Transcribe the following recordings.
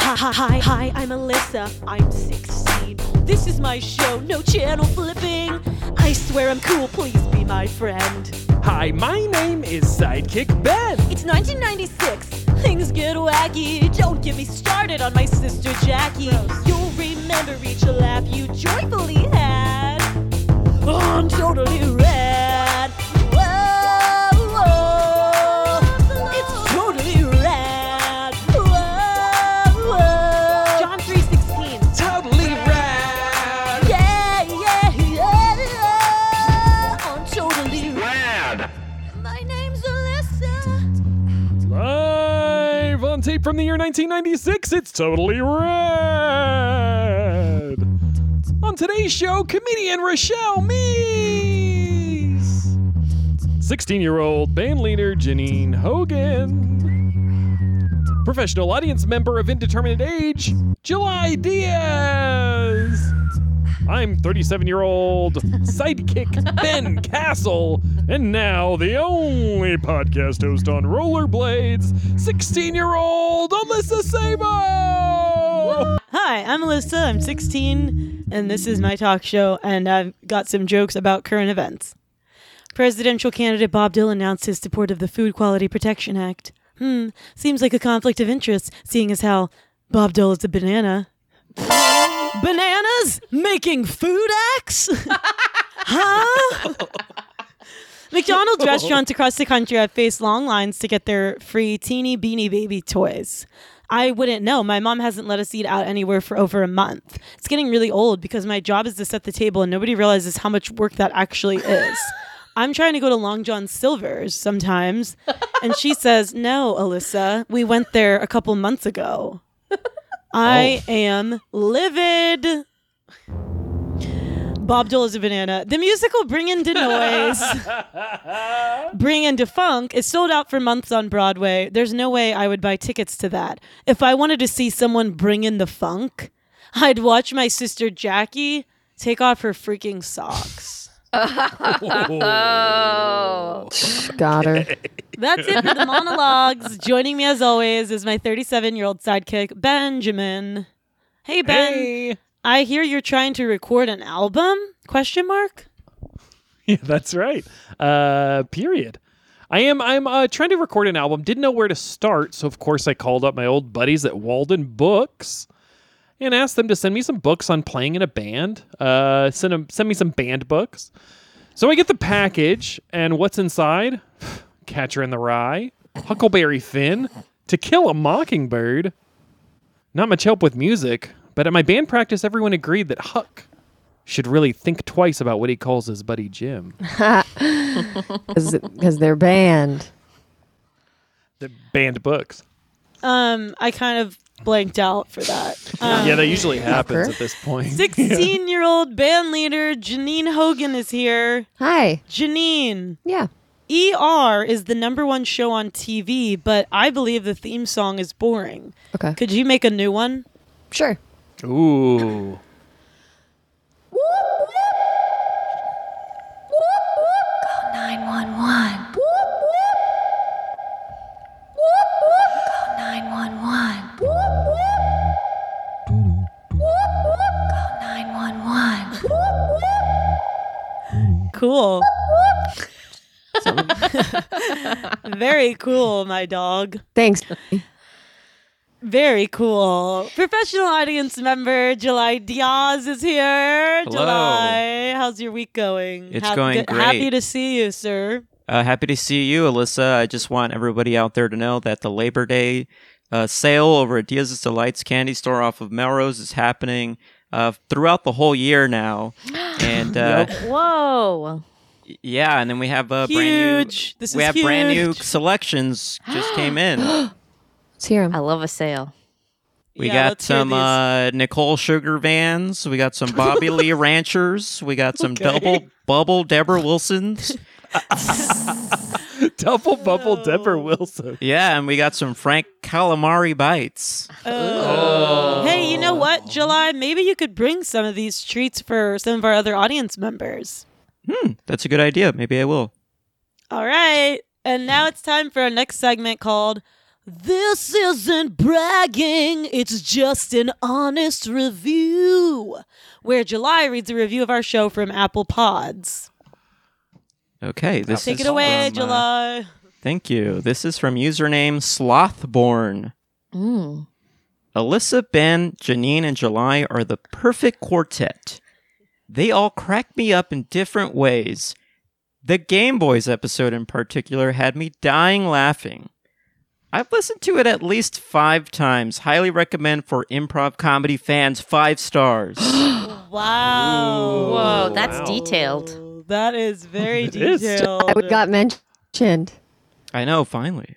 Hi, hi, hi, I'm Alyssa. I'm 16. This is my show, no channel flipping. I swear I'm cool, please be my friend. Hi, my name is Sidekick Ben. It's 1996. Things get wacky. Don't get me started on my sister Jackie. You'll remember each laugh you joyfully had. On totally rad. Whoa, whoa. It's totally rad. Whoa, whoa. John 316. Totally rad. Yeah, yeah, yeah. On totally rad. Rad. My name's Alyssa. Live on tape from the year 1996, it's totally rad. On today's show, comedian Rochelle Meese, 16 year old band leader Janine Hogan, professional audience member of indeterminate age, July Diaz. I'm 37 year old sidekick Ben Castle, and now the only podcast host on rollerblades, 16 year old Alyssa Sabo! Hi, I'm Alyssa. I'm 16, and this is my talk show, and I've got some jokes about current events. Presidential candidate Bob Dylan announced his support of the Food Quality Protection Act. Hmm, seems like a conflict of interest, seeing as how Bob Dylan's a banana. Bananas making food acts? huh? McDonald's restaurants across the country have faced long lines to get their free teeny beanie baby toys. I wouldn't know. My mom hasn't let us eat out anywhere for over a month. It's getting really old because my job is to set the table and nobody realizes how much work that actually is. I'm trying to go to Long John Silver's sometimes. And she says, No, Alyssa, we went there a couple months ago. I am livid. Bob Dole is a banana. The musical Bring In De Noise. Bring in Defunk is sold out for months on Broadway. There's no way I would buy tickets to that. If I wanted to see someone bring in the funk, I'd watch my sister Jackie take off her freaking socks. Got her. That's it for the monologues. Joining me as always is my 37 year old sidekick, Benjamin. Hey Ben, Hey! I hear you're trying to record an album? Question mark? Yeah, that's right. Uh, period. I am. I'm uh, trying to record an album. Didn't know where to start, so of course I called up my old buddies at Walden Books and asked them to send me some books on playing in a band. Uh, send 'em- send me some band books. So I get the package, and what's inside? Catcher in the Rye, Huckleberry Finn, To Kill a Mockingbird. Not much help with music, but at my band practice, everyone agreed that Huck should really think twice about what he calls his buddy Jim. Because they're banned. the banned books. Um, I kind of blanked out for that. Um, yeah, that usually happens Tucker. at this point. 16 year old band leader Janine Hogan is here. Hi. Janine, Yeah. ER is the number one show on TV, but I believe the theme song is boring. Okay. Could you make a new one? Sure. Ooh. Cool. Very cool, my dog. Thanks. Very cool. Professional audience member July Diaz is here. Hello. July, how's your week going? It's going great. Happy to see you, sir. Uh, happy to see you, Alyssa. I just want everybody out there to know that the Labor Day uh, sale over at Diaz's Delights Candy Store off of Melrose is happening uh, throughout the whole year now. And uh, Whoa. yeah, and then we have uh, brand new. Huge. This we is have brand new huge. selections just came in. Let's hear I 'em. love a sale. We Yeah, got let's hear some these. uh, Nicole Sugar Vans. We got some Bobby Lee Ranchers. We got some double bubble Deborah Wilsons. Double bubble Deborah Wilson. Yeah, and we got some Frank Calamari bites. Hey, you Oh. know what, July? Maybe you could bring some of these treats for some of our other audience members. That's a good idea. Maybe I will. All right. And now it's time for our next segment called This isn't bragging, it's just an honest review. Where July reads a review of our show from Apple Pods. Okay, this Take is it away, from, uh, July. Thank you. This is from username Slothborn. Mm. Alyssa, Ben, Janine, and July are the perfect quartet. They all crack me up in different ways. The Game Boys episode in particular had me dying laughing. I've listened to it at least five times. Highly recommend for improv comedy fans. Five stars. Wow. Whoa, that's Oh, wow. detailed. That is very It is. detailed. I would got mentioned. I know, finally.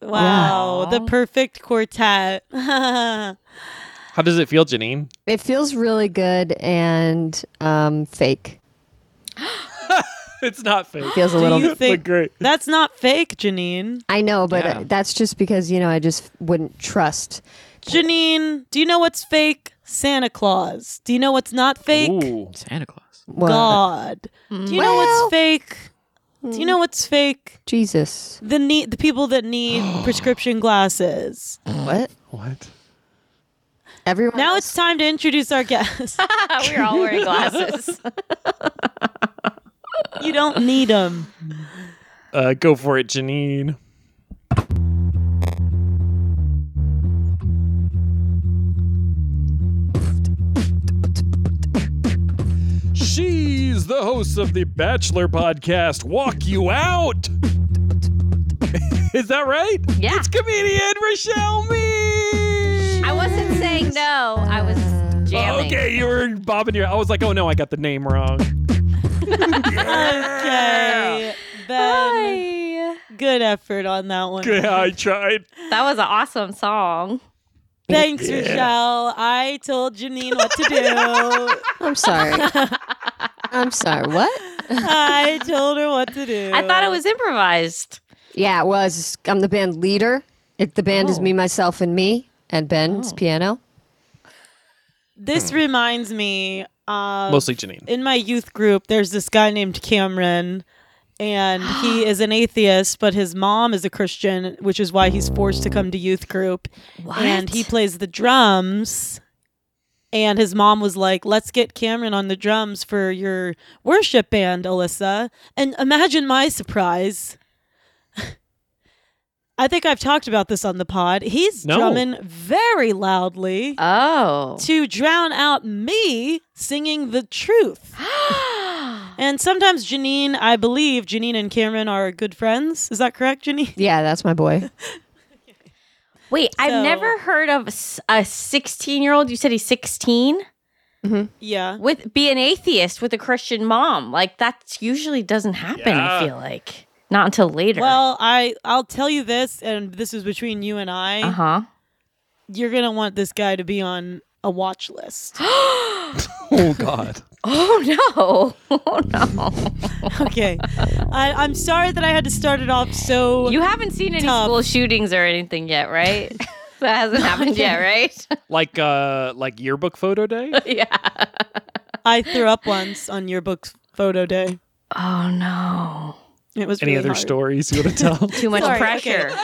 wow, the perfect quartet. How does it feel, Janine? It feels really good and um, fake. It's not fake. Feels a Do little. you But think great. that's not fake, Janine? I know, but Yeah. uh that's just because you know I just wouldn't trust. Janine, do you know what's fake? Santa Claus. Do you know what's not fake? Ooh. Santa Claus. Well, God. Do you know Well- what's fake? Do hmm. you know what's fake? Jesus, The need the people that need prescription glasses. what? What? Everyone Now else- it's time to introduce our guest. We're all wearing glasses. you don't need them. Uh, go for it, Janine. She's the host of the Bachelor podcast, Walk You Out. Is that right? Yeah. It's comedian Rochelle Me. I wasn't saying no. I was jamming. Okay, you were bobbing your. I was like, oh no, I got the name wrong. Okay. Ben, good effort on that one. Yeah, I tried. That was an awesome song. Thanks, Rochelle. I told Janine what to do. I'm sorry. I'm sorry. What? I told her what to do. I thought it was improvised. Yeah, it was. I'm the band leader. It, the band Oh. is me, myself, and me, and Ben's piano. This reminds me of Mostly Janine. in my youth group, there's this guy named Cameron, and he is an atheist, but his mom is a Christian, which is why he's forced to come to youth group. And he plays the drums. And his mom was like, let's get Cameron on the drums for your worship band, Alyssa. And imagine my surprise. I think I've talked about this on the pod. He's No. drumming very loudly Oh. to drown out me singing the truth. and sometimes Janine, I believe Janine and Cameron are good friends. Is that correct, Janine? Yeah, that's my boy. Wait, So- I've never heard of s- a 16 year old. You said he's 16 Yeah. with be an atheist with a Christian mom. Like that usually doesn't happen. Yeah. I feel like not until later. Well, I I'll tell you this, and this is between you and I. uh huh. You're gonna want this guy to be on a watch list. Oh God. Oh no! Oh no! okay, I, I'm sorry that I had to start it off so. You haven't seen any Tough. school shootings or anything yet, right? that hasn't happened yet, right? like uh, like yearbook photo day. yeah. I threw up once on your book's photo day. Oh no! It was Any really other hard. stories you want to tell? Too much Sorry, pressure.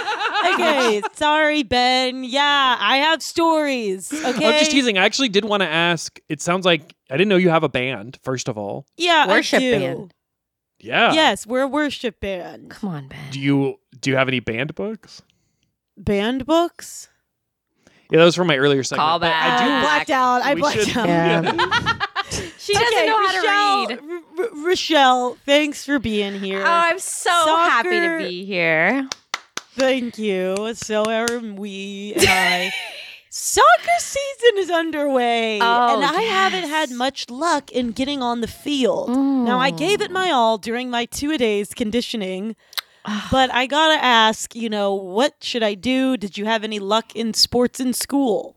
Okay, sorry, Ben. Yeah, I have stories. Okay, I'm just teasing. I actually did want to ask. It sounds like I didn't know you have a band. First of all, Yeah, Worship I do. band. yeah. Yes, we're a worship band. Come on, Ben. Do you do you have any band books? Band books? Yeah, that was from my earlier segment. Call but back. I Uh, blacked out. I we blacked should- out. Yeah. She doesn't know how to read. Rochelle, R- R- Rochelle, thanks for being Oh, here. I'm so happy Soccer- to be here. Thank you. So are we and I. Soccer season is underway, Oh, and I haven't yes. had much luck in getting on the field. Now, I gave it Mm. my all during my two a days conditioning, Ah. but I gotta ask you know, what should I do? Did you have any luck in sports in school?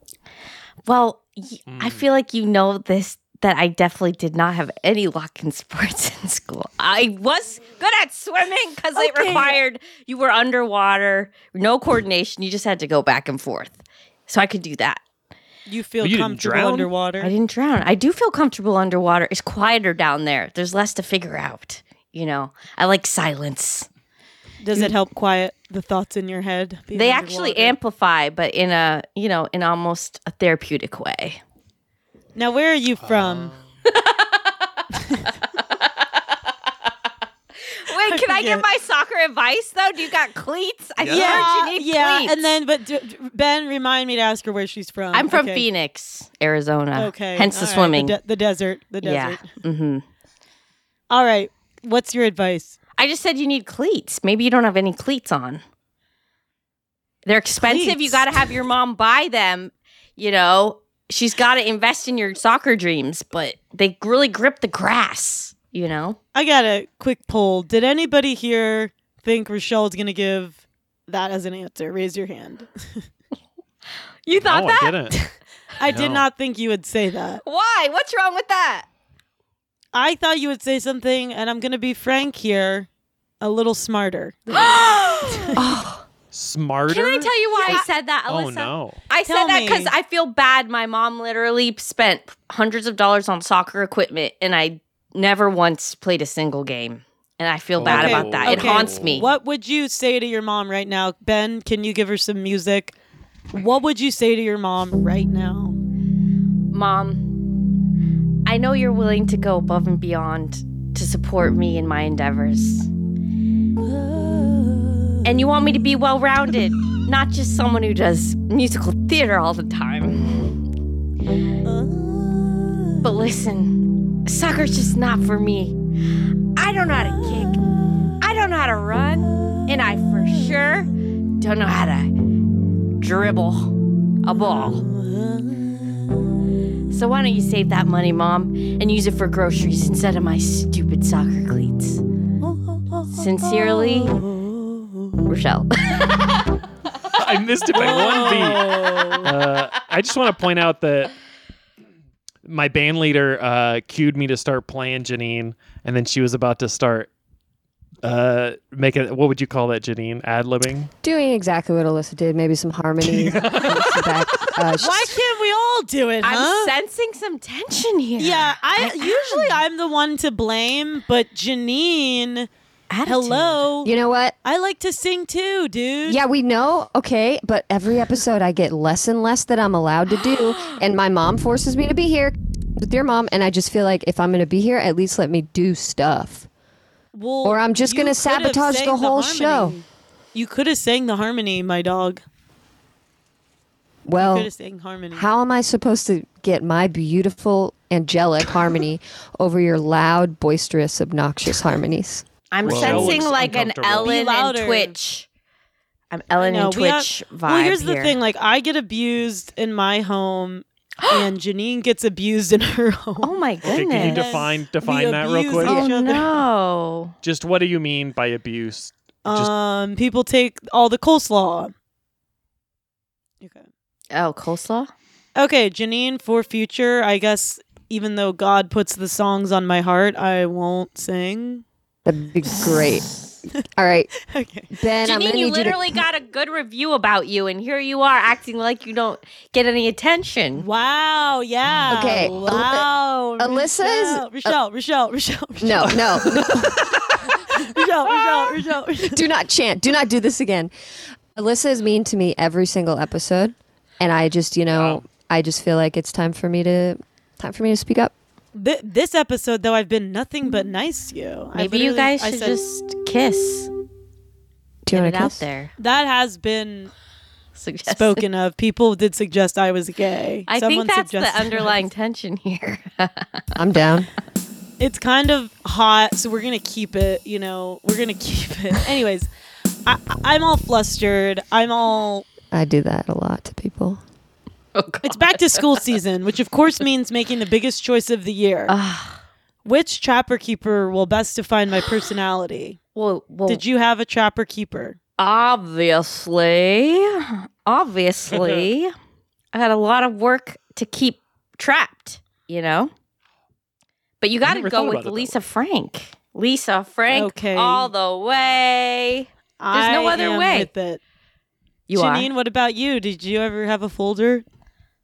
Well, y I Hmm. I feel like you know this that I definitely did not have any luck in sports in school. I was good at swimming because it Okay. required you were underwater, no coordination. You just had to go back and forth. So I could do that. You feel But you didn't comfortable drown? underwater? I didn't drown. I do feel comfortable underwater. It's quieter down there. There's less to figure out. You know, I like silence. Does it help quiet the thoughts in your head? being They actually underwater? amplify, but in a you know in almost a therapeutic way. Now, where are you from? Wait, can I forget. get my soccer advice though? Do you got cleats? I yeah, you need yeah. cleats. And then, but d- d- Ben, remind me to ask her where she's from. I'm from Okay. Phoenix, Arizona. Okay. hence the all right, swimming. de- the desert. The yeah. desert. hmm All right. What's your advice? I just said you need cleats. Maybe you don't have any cleats on. They're expensive. You Cleats? got to have your mom buy them. You know, she's got to invest in your soccer dreams, but they really grip the grass, you know? I got a quick poll. Did anybody here think Rochelle's going to give that as an answer? Raise your hand. You thought no, that? Oh, I didn't. I did No. not think you would say that. Why? What's wrong with that? I thought you would say something, and I'm going to be frank here, a little smarter. Smarter. Can I tell you why I said that, Alyssa? Oh no. I Tell said that because me. I feel bad. My mom literally spent hundreds of dollars on soccer equipment, and I never once played a single game. And I feel bad Okay, about that. It okay. haunts me. What would you say to your mom right now? Ben, can you give her some music? What would you say to your mom right now? Mom, I know you're willing to go above and beyond to support me in my endeavors. And you want me to be well rounded, not just someone who does musical theater all the time. But listen, soccer's just not for me. I don't know how to kick, I don't know how to run, and I for sure don't know how to dribble a ball. So why don't you save that money, Mom, and use it for groceries instead of my stupid soccer cleats? Sincerely, Rochelle. I missed it by one beat. Uh, I just want to point out that my band leader uh, cued me to start playing Janine, and then she was about to start uh, making what would you call that, Janine? Ad libbing. Doing exactly what Alyssa did, maybe some harmony. some back, uh, sh- Why can't we all do it, huh? I'm sensing some tension here. yeah, I usually I'm the one to blame, but Janine, Attitude. hello. you know what? I like to sing too, dude. Yeah, we know. Okay, but every episode I get less and less that I'm allowed to do, and my mom forces me to be here with your mom, and I just feel like if I'm going to be here, at least let me do stuff. Well, Or I'm just you could gonna have sabotage sang the whole harmony. show. You could have sang the harmony, my dog. Could Well, have sang harmony. Oh. how am I supposed to get my beautiful angelic harmony over your loud, boisterous, obnoxious harmonies? I'm Rochelle sensing looks like an uncomfortable. Ellen Be and louder. Twitch. I'm Ellen No, and we have- Twitch vibe. Well, here's the here. thing: like I get abused in my home, and Janine gets abused in her home. Oh my Okay, goodness. can you define define that real abuse quick? each oh other. no. Just what do you mean by abuse? Just- Um, people take all the coleslaw. Okay. Oh, coleslaw? Okay, Janine, for future, I guess even though God puts the songs on my heart, I won't sing. That'd be great. All right, Okay. Ben, I'm going Janine, to you need you to. literally got a good review about you, and here you are acting like you don't get any attention. Wow, yeah. Okay, Al- Wow. Alyssa is- Rochelle, Rochelle, Rochelle, Rochelle, No, no, no. Rochelle, Rochelle, Rochelle, Rochelle. do not chant. Do not do this again. Alyssa is mean to me every single episode, and I just, you know, I just feel like it's time for me to, time for me to speak up. Th- this episode, though, I've been nothing but nice to you. I Mm-hmm. Maybe you literally- guys I should said- just kiss. Do you Get want it to out kiss? there. That has been Suggested. spoken of. People did suggest I was gay. I Someone think that's the suggested underlying tension here. I'm down. it's kind of hot, so we're gonna keep it. You know, we're gonna keep it. Anyways, I, I'm all flustered. I'm all. I do that a lot to people. oh God. It's back to school season, which of course means making the biggest choice of the year. Which trapper keeper will best define my personality? Well, well Did you have a trapper keeper? obviously, obviously, I had a lot of work to keep trapped. You know, but you got to never go thought about with it that Lisa Frank. Lisa Frank, Okay. all the way. There's no I other am way. With it. You Janine, what about you? Did you ever have a folder?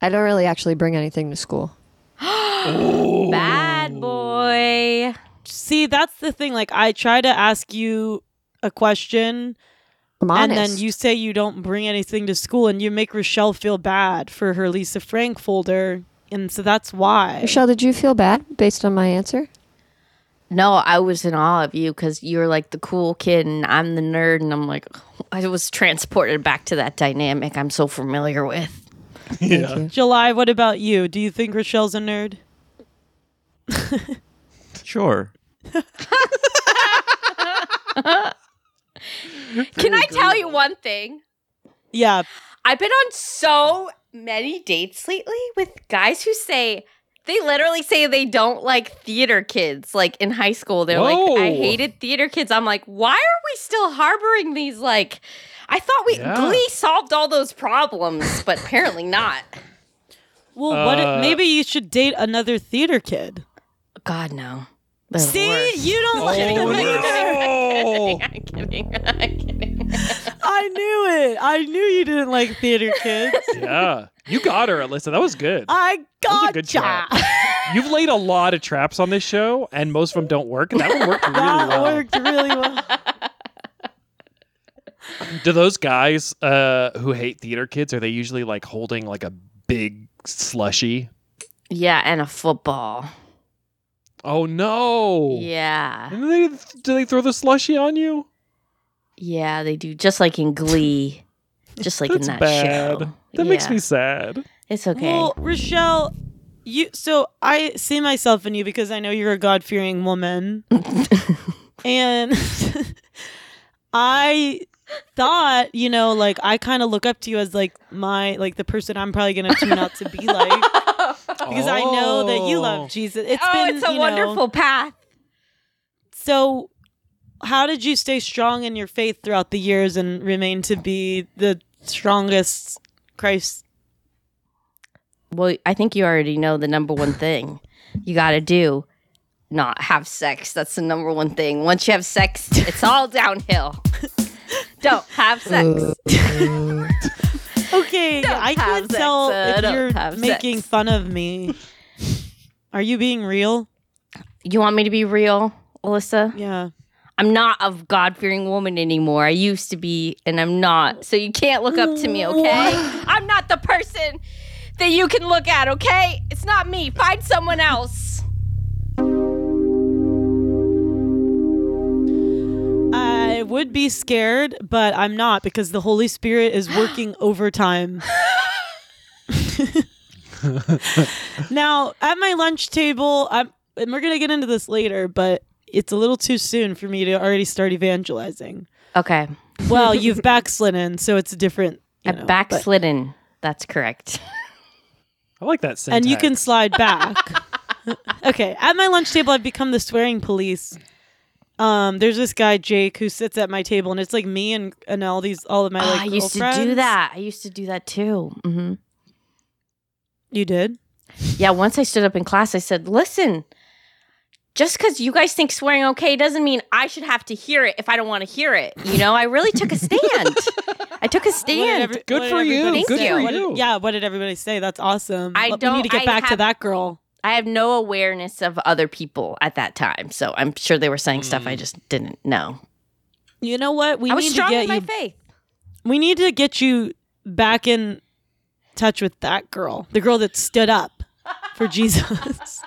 I don't really actually bring anything to school. are bad boy. See, that's the thing. Like, I try to ask you a question I'm and honest. then you say you don't bring anything to school and you make Rochelle feel bad for her Lisa Frank folder. And so that's why. Michelle, did you feel bad based on my answer? No, I was in awe of you because you were like the cool kid and I'm the nerd. And I'm like, I was transported back to that dynamic I'm so familiar with. July, what about you? Do you think Rochelle's a nerd? Sure. Can I tell you one thing? Yeah. I've been on so many dates lately with guys who say they literally say they don't like theater kids. Like in high school, they're like, I Whoa. hated theater kids. I'm like, why are we still harboring these? Like, I thought we Yeah. Glee solved all those problems, but apparently not. Well, what Uh, maybe you should date another theater kid. God no. See, you don't like Oh, them either. no. I'm kidding. I'm kidding. I knew it. I knew you didn't like theater kids. yeah. You got her, Alyssa. That was good. I was a gotcha. good trap. You've laid a lot of traps on this show, and most of them don't work. And that one worked really that well. worked really well. Do those guys uh, who hate theater kids are they usually like holding like a big slushy? yeah, and a football. Oh no! Yeah. And they, do they throw the slushy on you? Yeah, they do. Just like in Glee. Just like in That's that bad. show. That makes Yeah. me sad. It's okay. Well, Rochelle, you so I see myself in you because I know you're a God fearing woman. and I thought, you know, like I kind of look up to you as like my like the person I'm probably gonna tune out to be like. Because I know that you Oh. love Jesus. It's oh, been it's a you know- wonderful path. so how did you stay strong in your faith throughout the years and remain to be the strongest Christ Well, I think you already know the number one thing you got to do not have sex. That's the number one thing. Once you have sex, it's all downhill. Don't have sex. Uh. Okay, Don't I have can't sex, tell uh, if don't you're have making sex. fun of me. Are you being real? You want me to be real, Alyssa? Yeah. I'm not a God fearing woman anymore. I used to be, and I'm not. So you can't look up to me, okay? I'm not the person that you can look at, okay? It's not me. Find someone else. I would be scared, but I'm not because the Holy Spirit is working overtime. now, at my lunch table, I'm, and we're going to get into this later, but it's a little too soon for me to already start evangelizing. Okay. Well, you've backslidden, so it's a different. you know, I've but- backslidden. That's correct. I like that syntax. and you can slide back. okay, at my lunch table, I've become the swearing police. Um, there's this guy Jake who sits at my table, and it's like me and and all these all of my like Ah, I used to do girlfriends. that. I used to do that too. hmm You did? Yeah, once I stood up in class, I said, "Listen, just because you guys think swearing okay doesn't mean I should have to hear it if I don't want to hear it." You know, I really took a stand. I took a What did stand. every- Good what did for you. everybody Good say? for What did- you. yeah. What did everybody say? That's awesome. I But We don't- need to get I back to have- that girl. I have no awareness of other people at that time, so I'm sure they were saying stuff I just didn't know. You know what? We I was need strong to get in my you. faith. we need to get you back in touch with that girl, the girl that stood up for Jesus.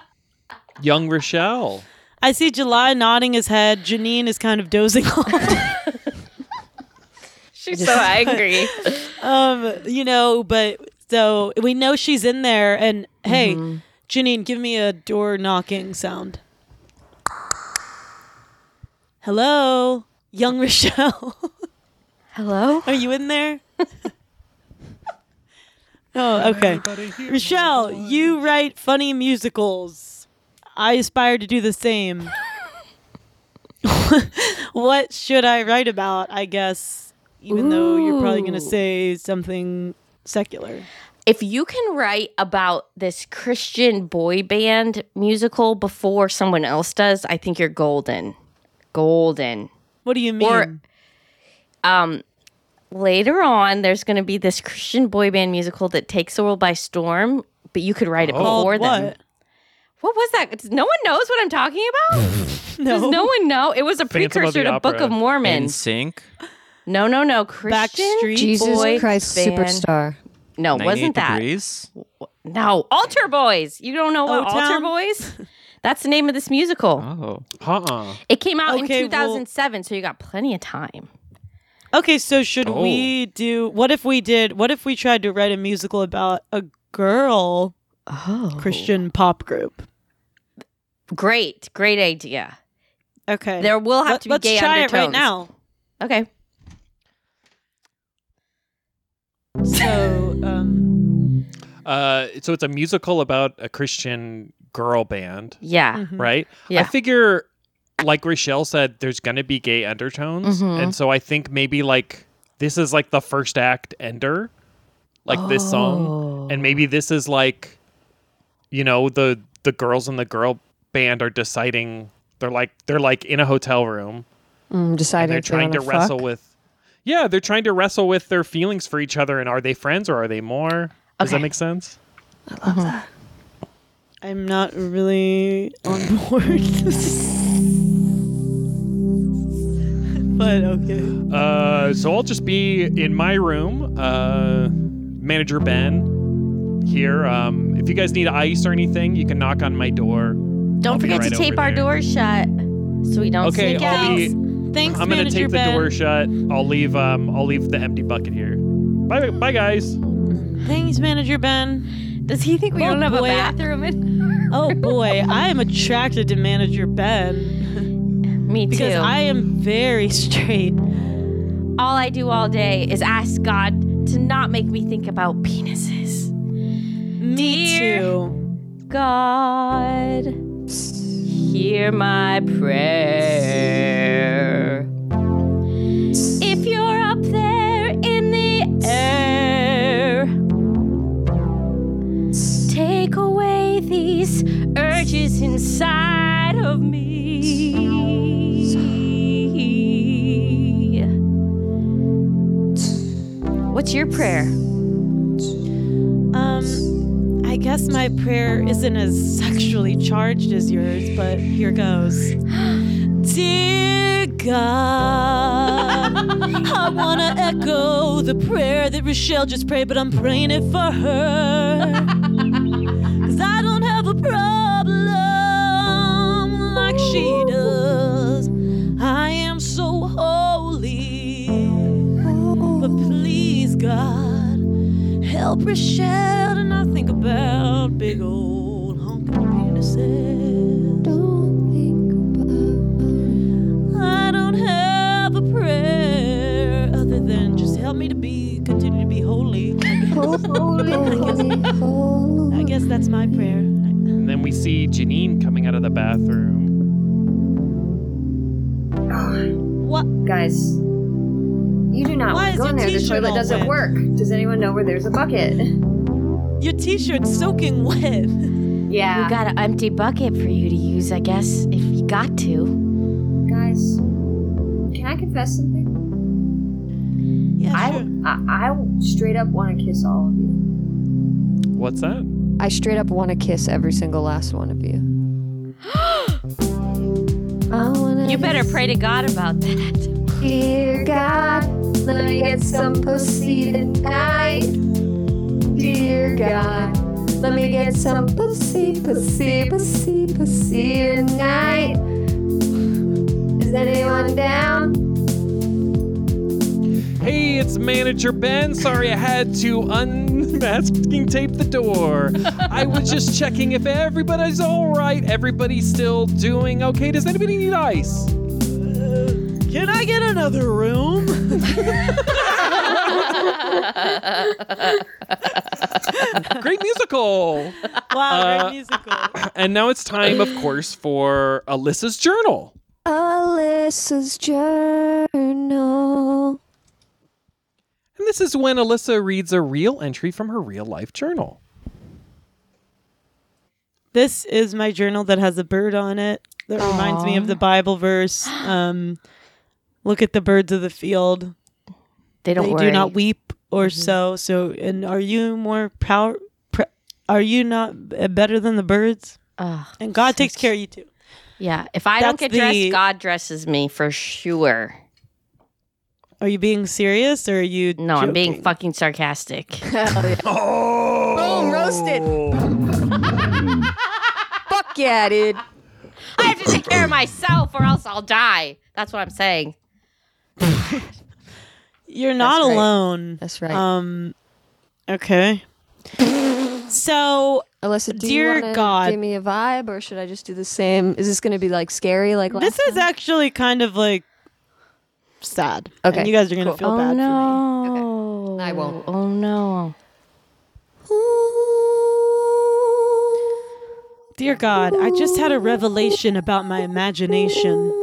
young Rochelle. I see July nodding his head. Janine is kind of dozing off. She's so angry. um, you know, but so we know she's in there. And hey, Janine, give me a door knocking sound. Hello, young Rochelle. Hello. Are you in there? oh, okay. Rochelle, you write funny musicals. I aspire to do the same. what should I write about? I guess, even though you're probably going to Ooh. say something secular. If you can write about this Christian boy band musical before someone else does, I think you're golden. Golden. What do you mean? Or- um later on there's going to be this christian boy band musical that takes the world by storm but you could write it Oh. Called before what? them what was that It's- no one knows what i'm talking about Does no one know? It was Phantom a of the precursor to Book Opera. of Mormon. In sync. No, no, no. Christian Backstreet Jesus Boy Christ Band. Superstar. No, 98 Oh, wasn't that? Degrees. No, Altar Boys. You don't know what Altar O-Town? Boys? That's the name of this musical. Oh. Uh-uh. It came out Okay, in well- 2007, so you got plenty of time. Okay, so should Oh. we do what if we did what if we tried to write a musical about a girl Oh, Christian pop group? Great, great idea. Okay. There will have Let- to be let's gay try undertones. it right now. Okay. So um Uh, so it's a musical about a Christian girl band, Mm-hmm. Yeah. right? I Yeah. figure, like Rochelle said, there's gonna be gay undertones, Mhm. and so I think maybe like this is like the first act ender, like this song, and Oh. maybe this is like, you know, the the girls in the girl band are deciding they're like they're like in a hotel room Mm, and decided they're if trying to wanna fuck. wrestle with yeah they're trying to wrestle with their feelings for each other and are they friends or are they more does that Okay. make sense I'm not really on board. but okay. Uh, so I'll just be in my room. Uh, Manager Ben here. Um, if you guys need ice or anything, you can knock on my door. Don't forget right to over tape our there. doors shut so we don't Okay, sneak I'll out. be. Thanks, I'm gonna manager tape the Ben. door shut. I'll leave. Um, I'll leave the empty bucket here. Bye, bye, guys. Thanks, manager Ben. Does he think we Oh, don't have a boy. bathroom? In- Oh boy, I am attracted to manager Ben Me too. because I am very straight. all I do all day is ask God to not make me think about penises. Me Dear too. God, hear my prayer. If you're up there in the air, take away these urges inside of me. What's your prayer? Um, I guess my prayer isn't as sexually charged as yours, but here goes. Dear God, I want to echo the prayer that Rochelle just prayed, but I'm praying it for her. Cause I don't have a problem like she does. I am so holy. But please, God, help Rochelle to not think about big old honking penises. Don't think I don't have a prayer other than just help me to be, continue to be holy. about holy, holy, I holy. guess that's my prayer. And then we see Janine coming out of the bathroom. What? Guys, you do not Why want is to go your in there. The t-shirt all toilet doesn't wet? work. Does anyone know where there's a bucket? Your t-shirt's soaking wet. Yeah. We got an empty bucket for you to use, I guess, if you got to. Guys, can I confess something? Yeah, I, sure. I, I straight up want to kiss all of you. What's that? I straight up want to kiss every single last one of you. I wanna You better pray to God about that. Dear God, let me get some pussy tonight. Dear God, let me get some pussy, pussy, pussy, pussy tonight. Is anyone down? Hey, it's Manager Ben. Sorry I had to unmasking tape the door. I was just checking if everybody's all right. Everybody's still doing okay. Does anybody need ice? Can I get another room? Great musical. Wow, Uh, great musical. And now it's time, of course, for Alyssa's journal. Alyssa's journal. And this is when Alyssa reads a real entry from her real life journal. This is my journal that has a bird on it that reminds me of the Bible verse. Um, look at the birds of the field. They don't they worry. do not weep or so. So, and are you more power? Pre- are you not uh, better than the birds? Ugh. And God takes care of you too. Yeah. If I don't That's get dressed, the- God dresses me for sure. Are you being serious or are you? No, I'm being fucking sarcastic. Boom, roasted. Fuck yeah, dude. I have to take care of myself or else I'll die. That's what I'm saying. You're not right. alone. That's right. Um. Okay. so Alyssa, do dear you wanna God. give me a vibe, or should I just do the same? Is this going to be like scary? Like last this is actually kind of like sad. and Okay, you guys are gonna feel bad no. I won't. Oh no. for me. Dear God, I just had a revelation about my imagination.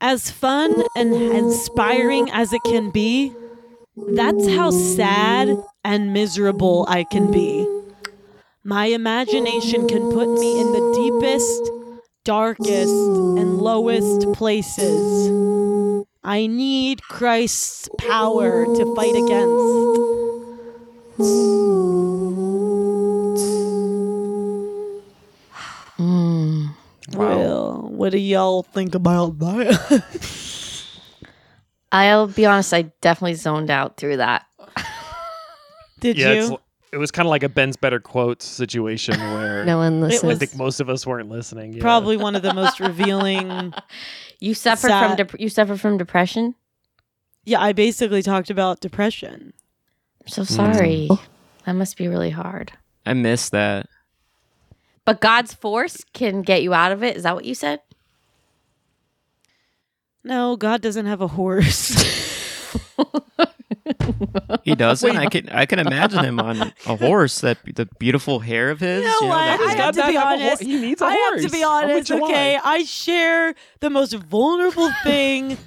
As fun and inspiring as it can be, that's how sad and miserable I can be. My imagination can put me in the deepest, darkest, and lowest places. I need Christ's power to fight against. Well, what do y'all think about that? I'll be honest, I definitely zoned out through that. Did Yeah, you? it's, it was kind of like a Ben's Better Quotes situation where No one It I listens. was- think most of us weren't listening. yeah. Probably one of the most revealing. You suffer Sad. from dep you suffer from depression? Yeah, I basically talked about depression. I'm so sorry. That must be really hard. I miss that. But God's force can get you out of it. Is that what you said? No, God doesn't have a horse. He doesn't. I can I can imagine him on a horse. That the beautiful hair of his. No, you know, that I- was- I have to that have be a hor- honest. he needs a I have to horse. Oh, be I'll honest, let you okay? lie. I share the most vulnerable thing.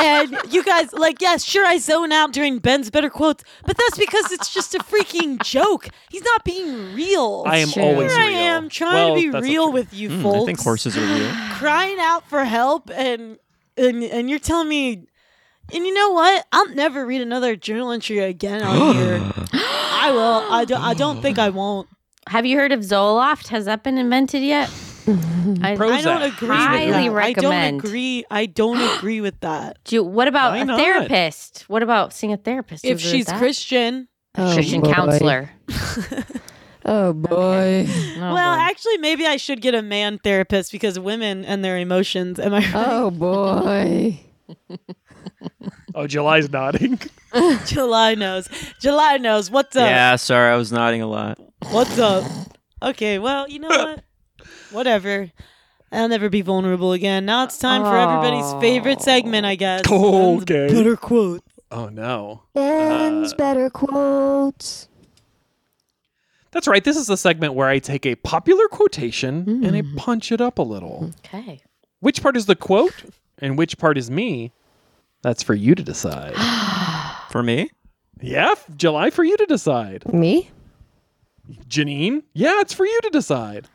and you guys, like, yes, sure, I zone out during Ben's better quotes, but that's because it's just a freaking joke. He's not being real. I am Sure. always Here real. I am trying Well, to be that's real okay. with you Hmm, folks. I think horses are real. crying out for help and and and you're telling me and you know what? I'll never read another journal entry again on here. I will. I don't I don't think I won't. Have you heard of Zoloft? Has that been invented yet? I, I don't Prozac. agree Highly with that. I recommend. don't agree. I don't agree with that. Do you- what about Why a not? therapist? What about seeing a therapist? If Is it she's that? Christian. A Christian Oh, boy. counselor. Oh boy. No, well, but- actually maybe I should get a man therapist because women and their emotions. Am I right? Oh boy. Oh, July's nodding. Oh. July knows. July knows. What's up? Yeah, sorry, I was nodding a lot. What's up? Okay, well, you know what? Whatever. I'll never be vulnerable again. Now it's time for everybody's favorite segment, I guess. Oh, Ben's okay. Better quote. Oh no. Ben's better quotes. That's right. This is the segment where I take a popular quotation and I Mm. punch it up a little. okay. Which part is the quote and which part is me? That's for you to decide. For me? yeah, f- July for you to decide. Me? Janine? Yeah, it's for you to decide.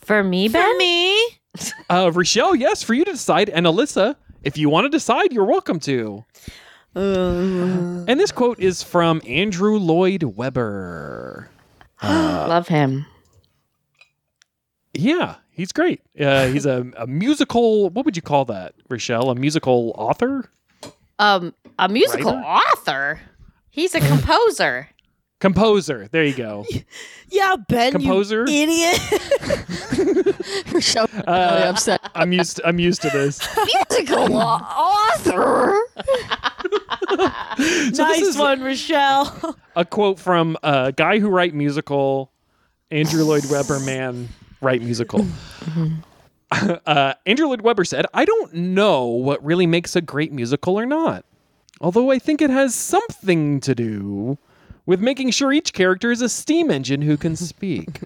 For me, Ben? For me, Uh, Rochelle, yes, for you to decide. And Alyssa, if you want to decide, you're welcome to. And this quote is from Andrew Lloyd Webber. Love him. Yeah, he's great. Uh, he's a, a musical, what would you call that, Rochelle? A musical author? Um, a musical Writer? author. He's a composer. Composer. There you go. yeah, Ben, Composer? you idiot. Show Uh, upset. I'm used. I'm used to this. Musical author. So nice this is uh, one, Rochelle. a quote from a guy who write musical, Andrew Lloyd Webber man write musical. uh, Andrew Lloyd Webber said, "I don't know what really makes a great musical or not, although I think it has something to do with making sure each character is a steam engine who can speak."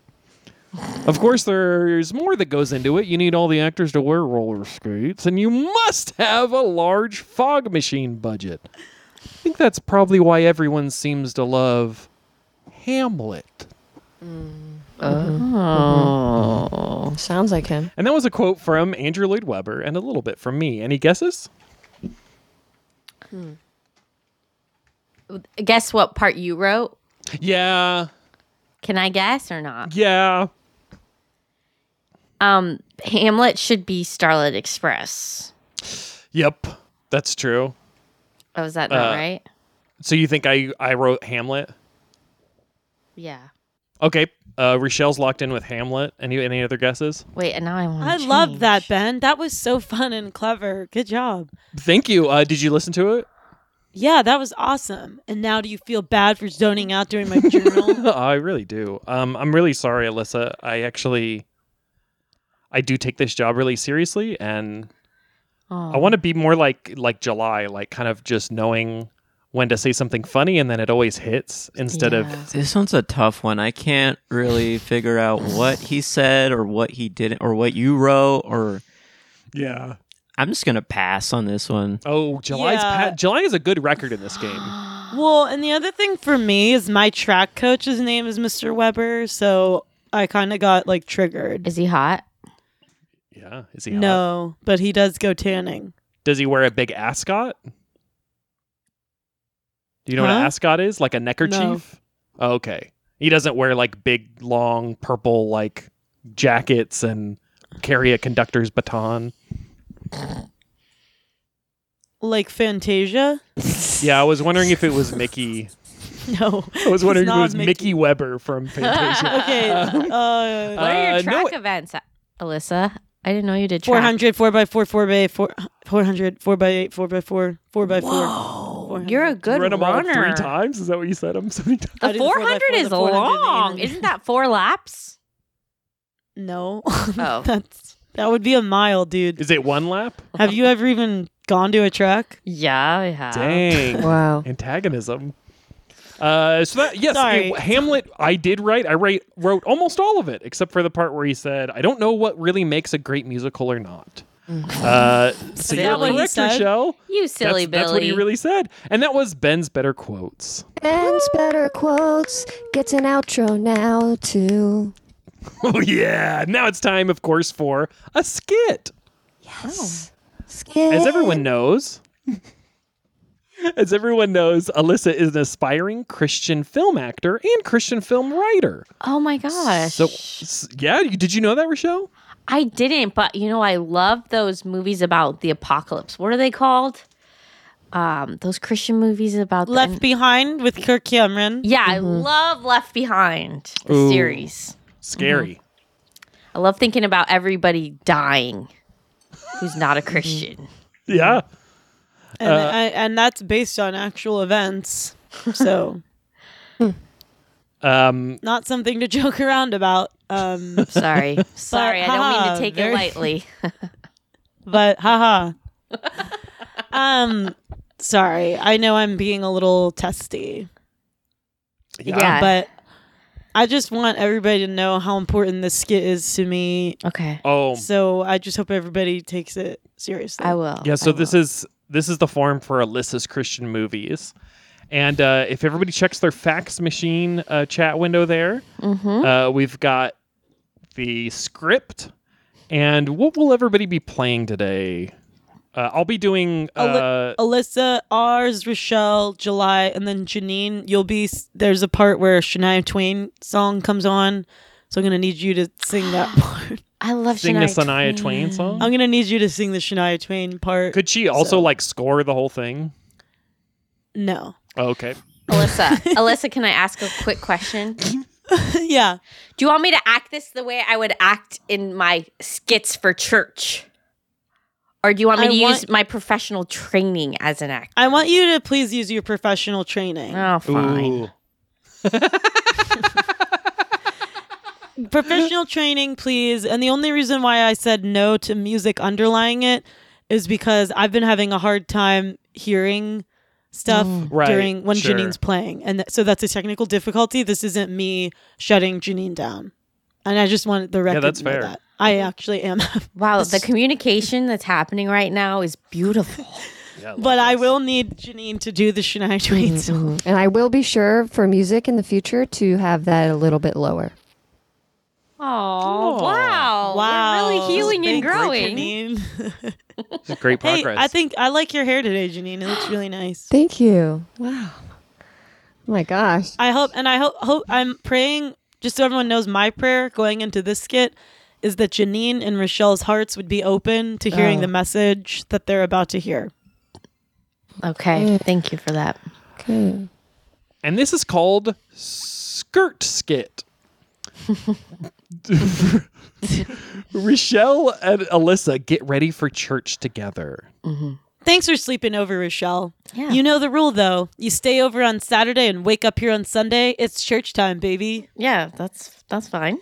Of course, there's more that goes into it. You need all the actors to wear roller skates, and you must have a large fog machine budget. I think that's probably why everyone seems to love Hamlet. Oh. Sounds like him. And that was a quote from Andrew Lloyd Webber and a little bit from me. Any guesses? Guess what part you wrote? Yeah. Can I guess or not? Yeah. Um, Hamlet should be Starlit Express. Yep, that's true. Oh, is that not Uh, right? So you think I I wrote Hamlet? Yeah. Okay. Uh, Rochelle's locked in with Hamlet. Any any other guesses? Wait, and now I want. I love that, Ben. That was so fun and clever. Good job. Thank you. Uh, did you listen to it? Yeah, that was awesome. And now do you feel bad for zoning out during my journal? I really do. Um, I'm really sorry, Alyssa. I actually, I do take this job really seriously, and Oh, I want to be more like like July, like kind of just knowing when to say something funny, and then it always hits instead of. This one's a tough one. I can't really figure out what he said or what he didn't or what you wrote or Yeah. I'm just gonna pass on this one. Oh, July's Yeah. pa- July is a good record in this game. well, and the other thing for me is my track coach's name is Mr. Weber, so I kind of got like triggered. Is he hot? Yeah. Is he? hot? No, but he does go tanning. Does he wear a big ascot? Do you know what an Huh? ascot is? Like a neckerchief? Oh, okay. He doesn't wear like big, long, purple, like jackets and carry a conductor's baton. Like Fantasia? Yeah, I was wondering if it was Mickey. No. I was He's wondering if it not was Mickey, Weber from Fantasia. Okay. Um, Uh, What are Uh, your no, track events, Alyssa? I didn't know you did track. 400, 4 by 4 4 by 4 400, 4 by 8 4 by 4 4 by 4 400. You're a good Run them all runner. three times. Is that what you said? I'm so many times. I The did the four by 400 four, is the 400 that you long. did. Isn't that four laps? No. Oh. That's that would be a mile, dude. Is it one lap? Have you ever even gone to a track? Yeah, I have. Dang. Wow. antagonism. Uh, so that yes, Sorry. it- Hamlet. I did write. I write, wrote almost all of it except for the part where he said, "I don't know what really makes a great musical or not." Mm-hmm. uh, so that you're what he correct, said? Rochelle. You silly that's, Billy. that's what he really said, and that was Ben's better quotes. Ben's better quotes gets an outro now too. oh yeah! Now it's time, of course, for a skit. Skip. Oh. As everyone knows, as everyone knows, Alyssa is an aspiring Christian film actor and Christian film writer. oh my gosh. So, s- yeah, you- did you know that, Rochelle? I didn't, but you know, I love those movies about the apocalypse. What are they called? Um, those Christian movies about the Left Mm-hmm. end- Behind with Kirk Cameron. yeah, I love Left Behind the Ooh. series. Scary. I love thinking about everybody dying who's not a Mm-hmm. Christian. Yeah. And, Uh, I, and that's based on actual events. So, Um, not something to joke around about. Um, Sorry, sorry, I don't mean haha, to take very- it lightly. but haha. um, sorry. I know I'm being a little testy. yeah. Yeah. but I just want everybody to know how important this skit is to me. Okay, Oh, So I just hope everybody takes it seriously. I will. yeah. So this is this is the forum for Alyssa's Christian movies, and uh, if everybody checks their fax machine uh, chat window there, Mm-hmm. uh, we've got the script, and what will everybody be playing today? Uh, I'll be doing. Uh, Alyssa, ours, Rochelle, July, and then Janine. You'll be there's a part where Shania Twain song comes on, so I'm gonna need you to sing that part. I love Sing the Shania Sanaya Twain song. I'm gonna need you to sing the Shania Twain part. Could she also like score the whole thing? Oh, no, Okay. Alyssa, Alyssa, can I ask a quick question? yeah, Do you want me to act this the way I would act in my skits for church? Or do you want me I to want- use my professional training as an actor? I want you to please use your professional training. Oh, fine. Ooh. professional training, please. And the only reason why I said no to music underlying it is because I've been having a hard time hearing stuff Mm. Right, during when sure. Janine's playing. And th- so that's a technical difficulty. This isn't me shutting Janine down. And I just wanted the record that's to know fair. that. I actually am. Wow, the communication that's happening right now is beautiful. but I will need Janine to do the Shania Mm-hmm. Twain song. Mm-hmm. And I will be sure for music in the future to have that a little bit lower. Oh, wow. Wow. We're really healing and Thanks, growing. Janine. This is great hey, progress. I think I like your hair today, Janine. It looks really nice. Thank you. Wow. Oh my gosh. I hope, and I hope, hope I'm praying. Just so everyone knows, my prayer going into this skit is that Janine and Rochelle's hearts would be open to hearing Oh. the message that they're about to hear. Okay. Thank you for that. Okay. and this is called skirt skit. Rochelle and Alyssa get ready for church together. Thanks for sleeping over, Rochelle. Yeah. You know the rule, though. You stay over on Saturday and wake up here on Sunday. It's church time, baby. Yeah, that's that's fine.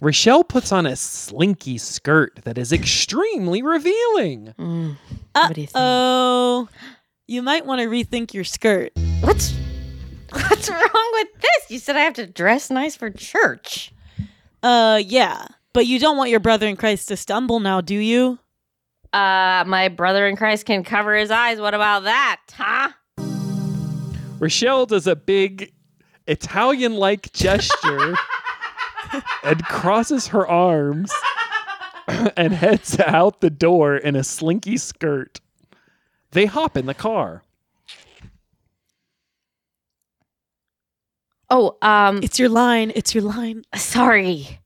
Rochelle puts on a slinky skirt that is extremely revealing. Mm. Uh What do you think? oh. You might want to rethink your skirt. What's what's wrong with this? You said I have to dress nice for church. Uh, yeah. But you don't want your brother in Christ to stumble now, do you? Uh, my brother in Christ can cover his eyes. What about that, huh? Rochelle does a big Italian like gesture and crosses her arms and heads out the door in a slinky skirt. They hop in the car. Oh, um, It's your line. It's your line. sorry.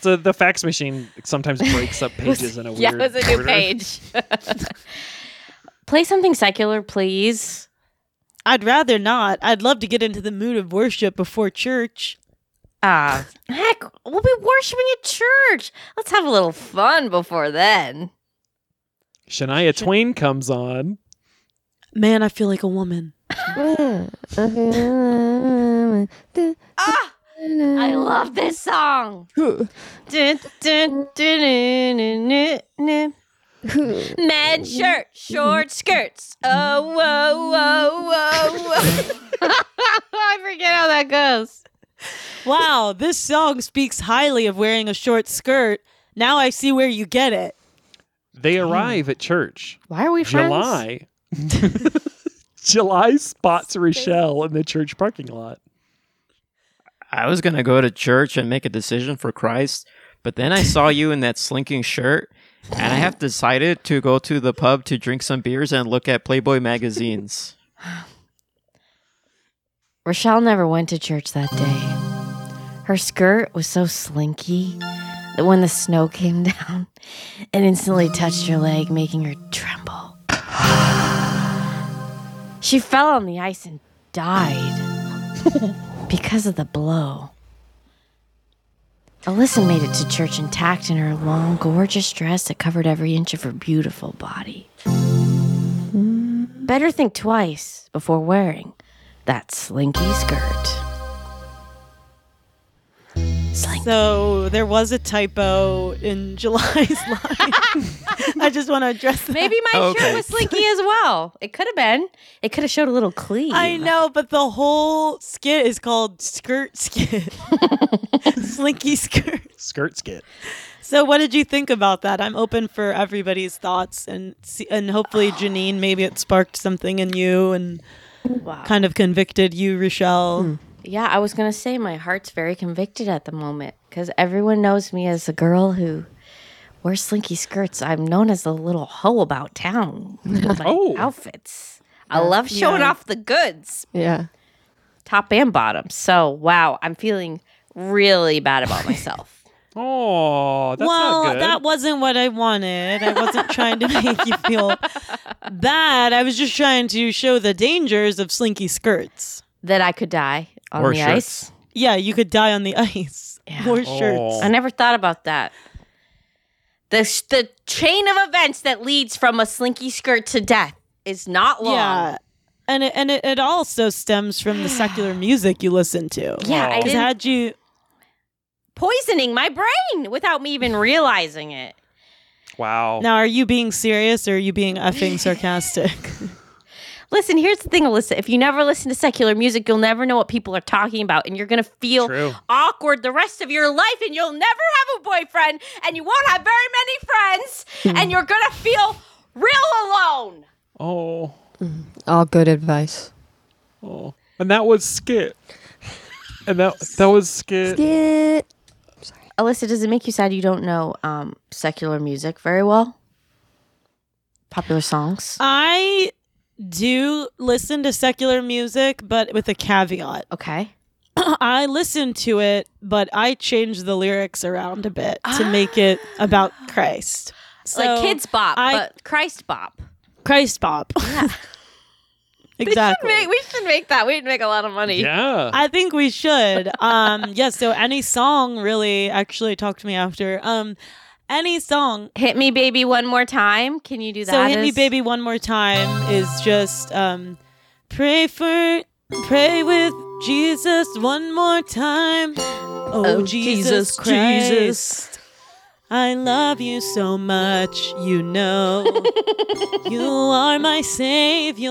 So the fax machine sometimes breaks up It was- pages in a weird yeah, it was a new order. page. Play something secular, please. I'd rather not. I'd love to get into the mood of worship before church. Uh, heck, we'll be worshiping at church. Let's have a little fun before then. Shania Twain comes on. Man, I feel like a woman. Ah, I Mm. love this song. Dun, dun, dun, dun, dun, dun, dun. Men shirt, short skirts. Oh, whoa, whoa, whoa, whoa. I forget how that goes. Wow, this song speaks highly of wearing a short skirt. Now I see where you get it. They arrive at church. Why are we July. July spots Rochelle in the church parking lot. I was gonna go to church and make a decision for Christ, but then I saw you in that slinking shirt, and I have decided to go to the pub to drink some beers and look at Playboy magazines. Rochelle never went to church that day. Her skirt was so slinky that when the snow came down, it instantly touched her leg, making her tremble. she fell on the ice and died because of the blow. Alyssa made it to church intact in her long, gorgeous dress that covered every inch of her beautiful body. Better think twice before wearing that slinky skirt. Slink. So there was a typo in July's line. I just want to address that. Maybe my Okay. shirt was slinky as well. It could have been. It could have showed a little cleave. I know, but the whole skit is called Skirt Skit. Slinky Skirt. Skirt skit. So what did you think about that? I'm open for everybody's thoughts and see, and hopefully Janine maybe it sparked something in you and Wow. kind of convicted you, Rochelle. Yeah, I was gonna say my heart's very convicted at the moment because everyone knows me as the girl who wears slinky skirts. I'm known as the little hoe about town. with my Oh. outfits. I love showing off the goods, Yeah. top and bottom. So wow, I'm feeling really bad about myself. Oh, that's well, not good. that wasn't what I wanted. I wasn't trying to make you feel bad. I was just trying to show the dangers of slinky skirts. that I could die on Or the shirts. ice. Yeah, you could die on the ice. Yeah. More Oh. shirts. I never thought about that. The sh- the chain of events that leads from a slinky skirt to death is not long. Yeah. And it, and it, it also stems from the secular music you listen to. Yeah, Aw. I Because didn't had you poisoning my brain without me even realizing it. wow. now, are you being serious or are you being effing sarcastic? Listen, here's the thing, Alyssa. If you never listen to secular music, you'll never know what people are talking about, and you're gonna feel True. awkward the rest of your life, and you'll never have a boyfriend, and you won't have very many friends, and you're gonna feel real alone. Oh. All good advice. Oh. And that was skit. And that that was skit. Skit. Alyssa, does it make you sad you don't know um, secular music very well? Popular songs? I do listen to secular music, but with a caveat. Okay. I listened to it, but I changed the lyrics around a bit to make it about Christ. So like kids bop, I- but Christ bop. Christ Bob. exactly. Make- we should make that. We'd make a lot of money. Yeah. I think we should. Um, yes. so any song really actually talked to me after. Um, any song. Hit me, baby, one more time. Can you do that? so hit me, as- baby, one more time is just um, pray for, pray with Jesus one more time. Oh, Jesus, Christ. I love you so much, you know. you are my savior.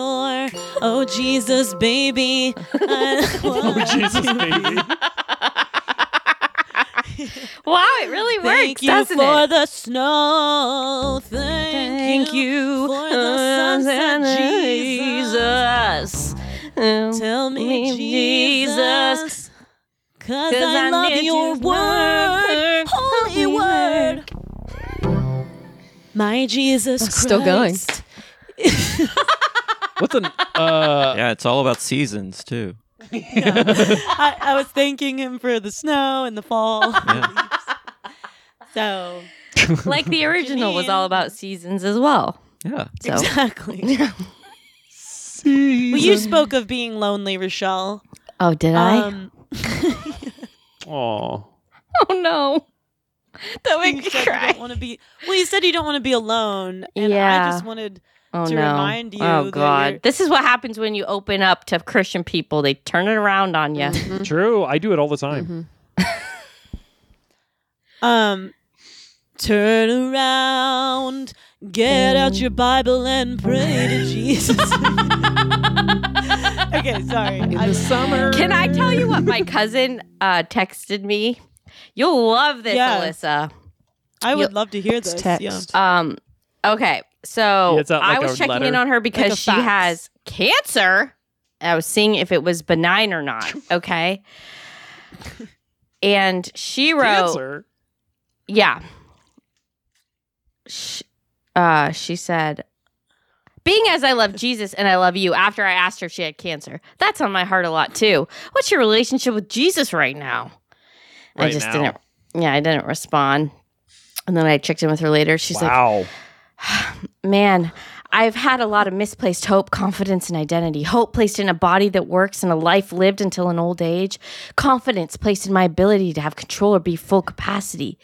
Oh, Jesus, baby. I Oh, love Jesus, baby. Wow, it really Thank works, you doesn't for it? the snow. Thank, Thank you, you for the sunset, Jesus. Jesus. Um, Tell me, Me, Jesus. Jesus, cause 'Cause I, I love need your your word, word, holy holy word. My Jesus Christ. still going. What's an uh Yeah, it's all about seasons too. I, I was thanking him for the snow and the fall. Yeah. So like the original was all about seasons as well. Yeah. So exactly. well, you spoke of being lonely, Rochelle. Oh, did Um, oh oh no. That you made me said you cry. don't want to be. Well, you said you don't want to be alone, and I Yeah. just wanted. Oh to no. remind you oh that you're- god. This is what happens when you open up to Christian people. They turn it around on you. Mm-hmm. true. I do it all the time. Mm-hmm. Um, turn around, get out your Bible and pray to Jesus. okay, sorry. I was Summer. Can I tell you what my cousin uh, texted me? You'll love this, Yeah. Alyssa. I would love to hear this. Yeah. Text. Um, okay, so Yeah, it's not like I was a checking in letter. on her because a she fax. has cancer. I was seeing if it was benign or not. Okay, and she wrote, Cancer. yeah. Sh uh, she said, being as I love Jesus and I love you after I asked her if she had cancer, that's on my heart a lot too. What's your relationship with Jesus right now? I Right just now. didn't, yeah, I didn't respond. And then I checked in with her later. She's like, Wow. Man, I've had a lot of misplaced hope, confidence, and identity. Hope placed in a body that works and a life lived until an old age. Confidence placed in my ability to have control or be full capacity.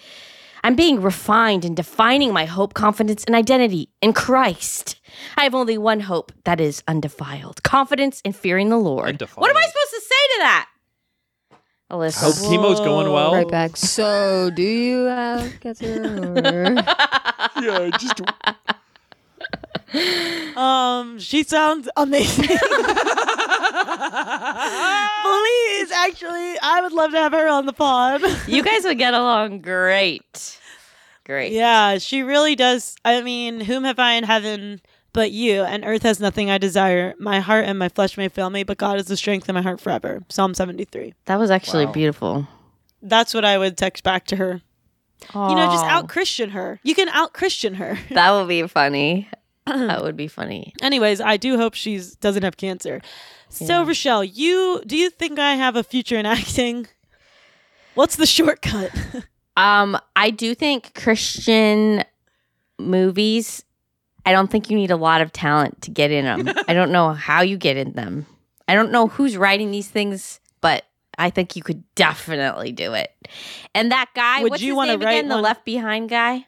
I'm being refined in defining my hope, confidence, and identity in Christ. I have only one hope that is undefiled confidence in fearing the Lord. What am I Undefiled. supposed to say to that? Alyssa. Hope chemo's Oh, going well. Right back. So, do you have cancer? or- Yeah, just Um, she sounds amazing. Please, actually, I would love to have her on the pod. You guys would get along great. Great. Yeah, she really does. I mean, whom have I in heaven but you? And earth has nothing I desire. My heart and my flesh may fail me, but God is the strength of my heart forever. Psalm 73. That was actually beautiful. That's what I would text back to her. You know, just out Christian her. You can out Christian her. That would be funny. that would be funny. Anyways, I do hope she's doesn't have cancer. So, Rochelle, you do you think I have a future in acting? What's the shortcut? Um, I do think Christian movies. I don't think you need a lot of talent to get in them. I don't know how you get in them. I don't know who's writing these things, but I think you could definitely do it. And that guy, Would what's you his wanna name write again? The one- Left Behind guy.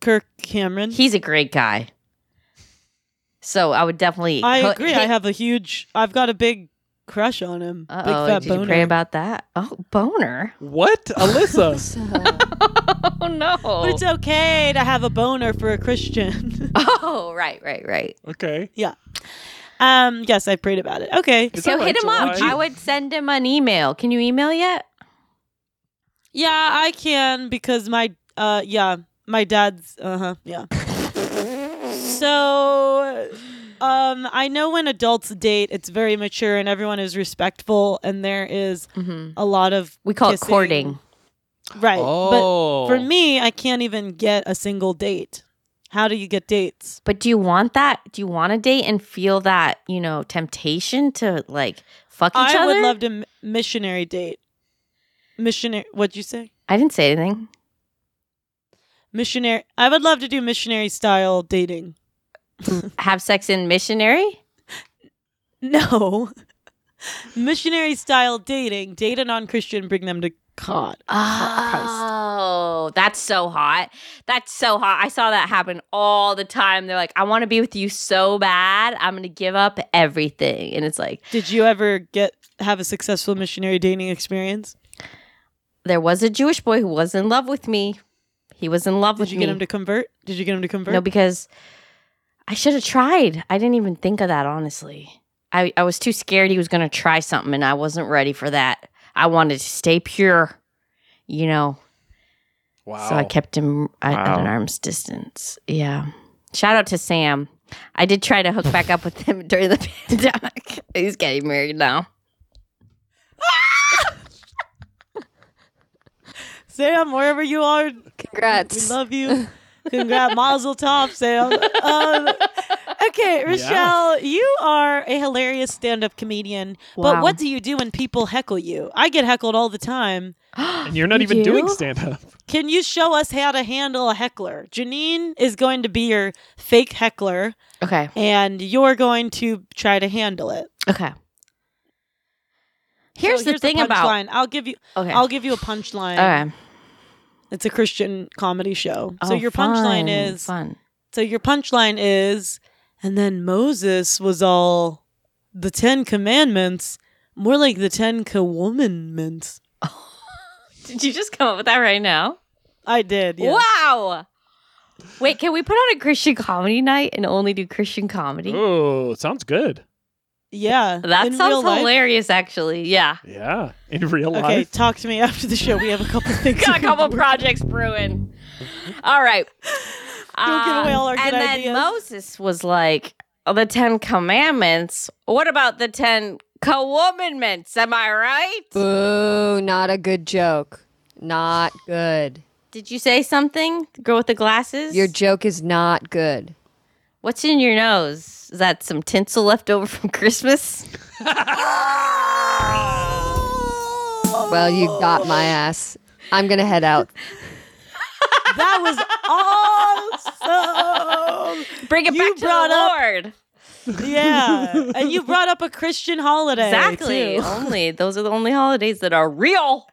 Kirk Cameron. He's a great guy. So I would definitely. I ho- agree. I hit- have a huge. I've got a big crush on him. Uh-oh, big fat did boner. you pray about that? Oh, boner. what, Alyssa? Oh no. But it's okay to have a boner for a Christian. oh, right, right, right. okay. um, yes, I prayed about it. Okay. Is So that like hit him up. July? I would send him an email. Can you email yet? Yeah, I can because my uh yeah, my dad's uh-huh, yeah. so um I know when adults date it's very mature and everyone is respectful and there is a lot of We call kissing. it courting. Right. Oh, But for me, I can't even get a single date. How do you get dates? But do you want that? Do you want a date and feel that, you know, temptation to like fuck each I other. would love to m- missionary date. Missionary, what'd you say? I didn't say anything. Missionary. I would love to do missionary style dating. Have sex in missionary? No. missionary style dating. Date a non Christian, bring them to God. Oh, that's so hot. That's so hot. I saw that happen all the time. They're like, I want to be with you so bad. I'm going to give up everything. And it's like, Did you ever get have a successful missionary dating experience? there was a Jewish boy who was in love with me. He was in love Did with you me. get him to convert? Did you get him to convert? No, because I should have tried. I didn't even think of that, honestly. I, I was too scared he was going to try something, and I wasn't ready for that. I wanted to stay pure, you know. Wow. So I kept him at, at an Wow. arm's distance. Yeah. Shout out to Sam. I did try to hook back up with him during the pandemic. He's getting married now. Sam, wherever you are, we Congrats. love you. Congrats, Mazel Tov, Sam. Um, okay, Rochelle, you are a hilarious stand-up comedian. But Wow. what do you do when people heckle you? I get heckled all the time. and you're not even do? doing stand up. Can you show us how to handle a heckler? Janine is going to be your fake heckler, Okay. and you're going to try to handle it. Okay. Here's So the thing punch about. line. I'll give you. Okay. I'll give you a punchline. okay. It's a Christian comedy show. so Oh, your punchline fun, is fun. So your punchline is and then Moses was all the 10 commandments, more like the 10 cowomanments. Did you just come up with that right now? I did. Yeah. Wow. Wait, can we put on a Christian comedy night and only do Christian comedy? Oh, sounds good. Yeah. that in real sounds life. hilarious, actually. Yeah. Yeah. In real Okay, life. talk to me after the show. We have a couple things. Got a to couple do. projects brewing. All right. Don't give away all our Um, good And then ideas. Moses was like, "Oh, the Ten Commandments. What about the Ten Commandments? Am I right? Boo, not a good joke. Not good. Did you say something? The girl with the glasses? Your joke is not good. What's in your nose? Is that some tinsel left over from Christmas? Well, you got my ass. I'm going to head out. That was awesome. Bring it You back to brought the up- Lord. Yeah. And you brought up a Christian holiday. Exactly. too. only those are the only holidays that are real.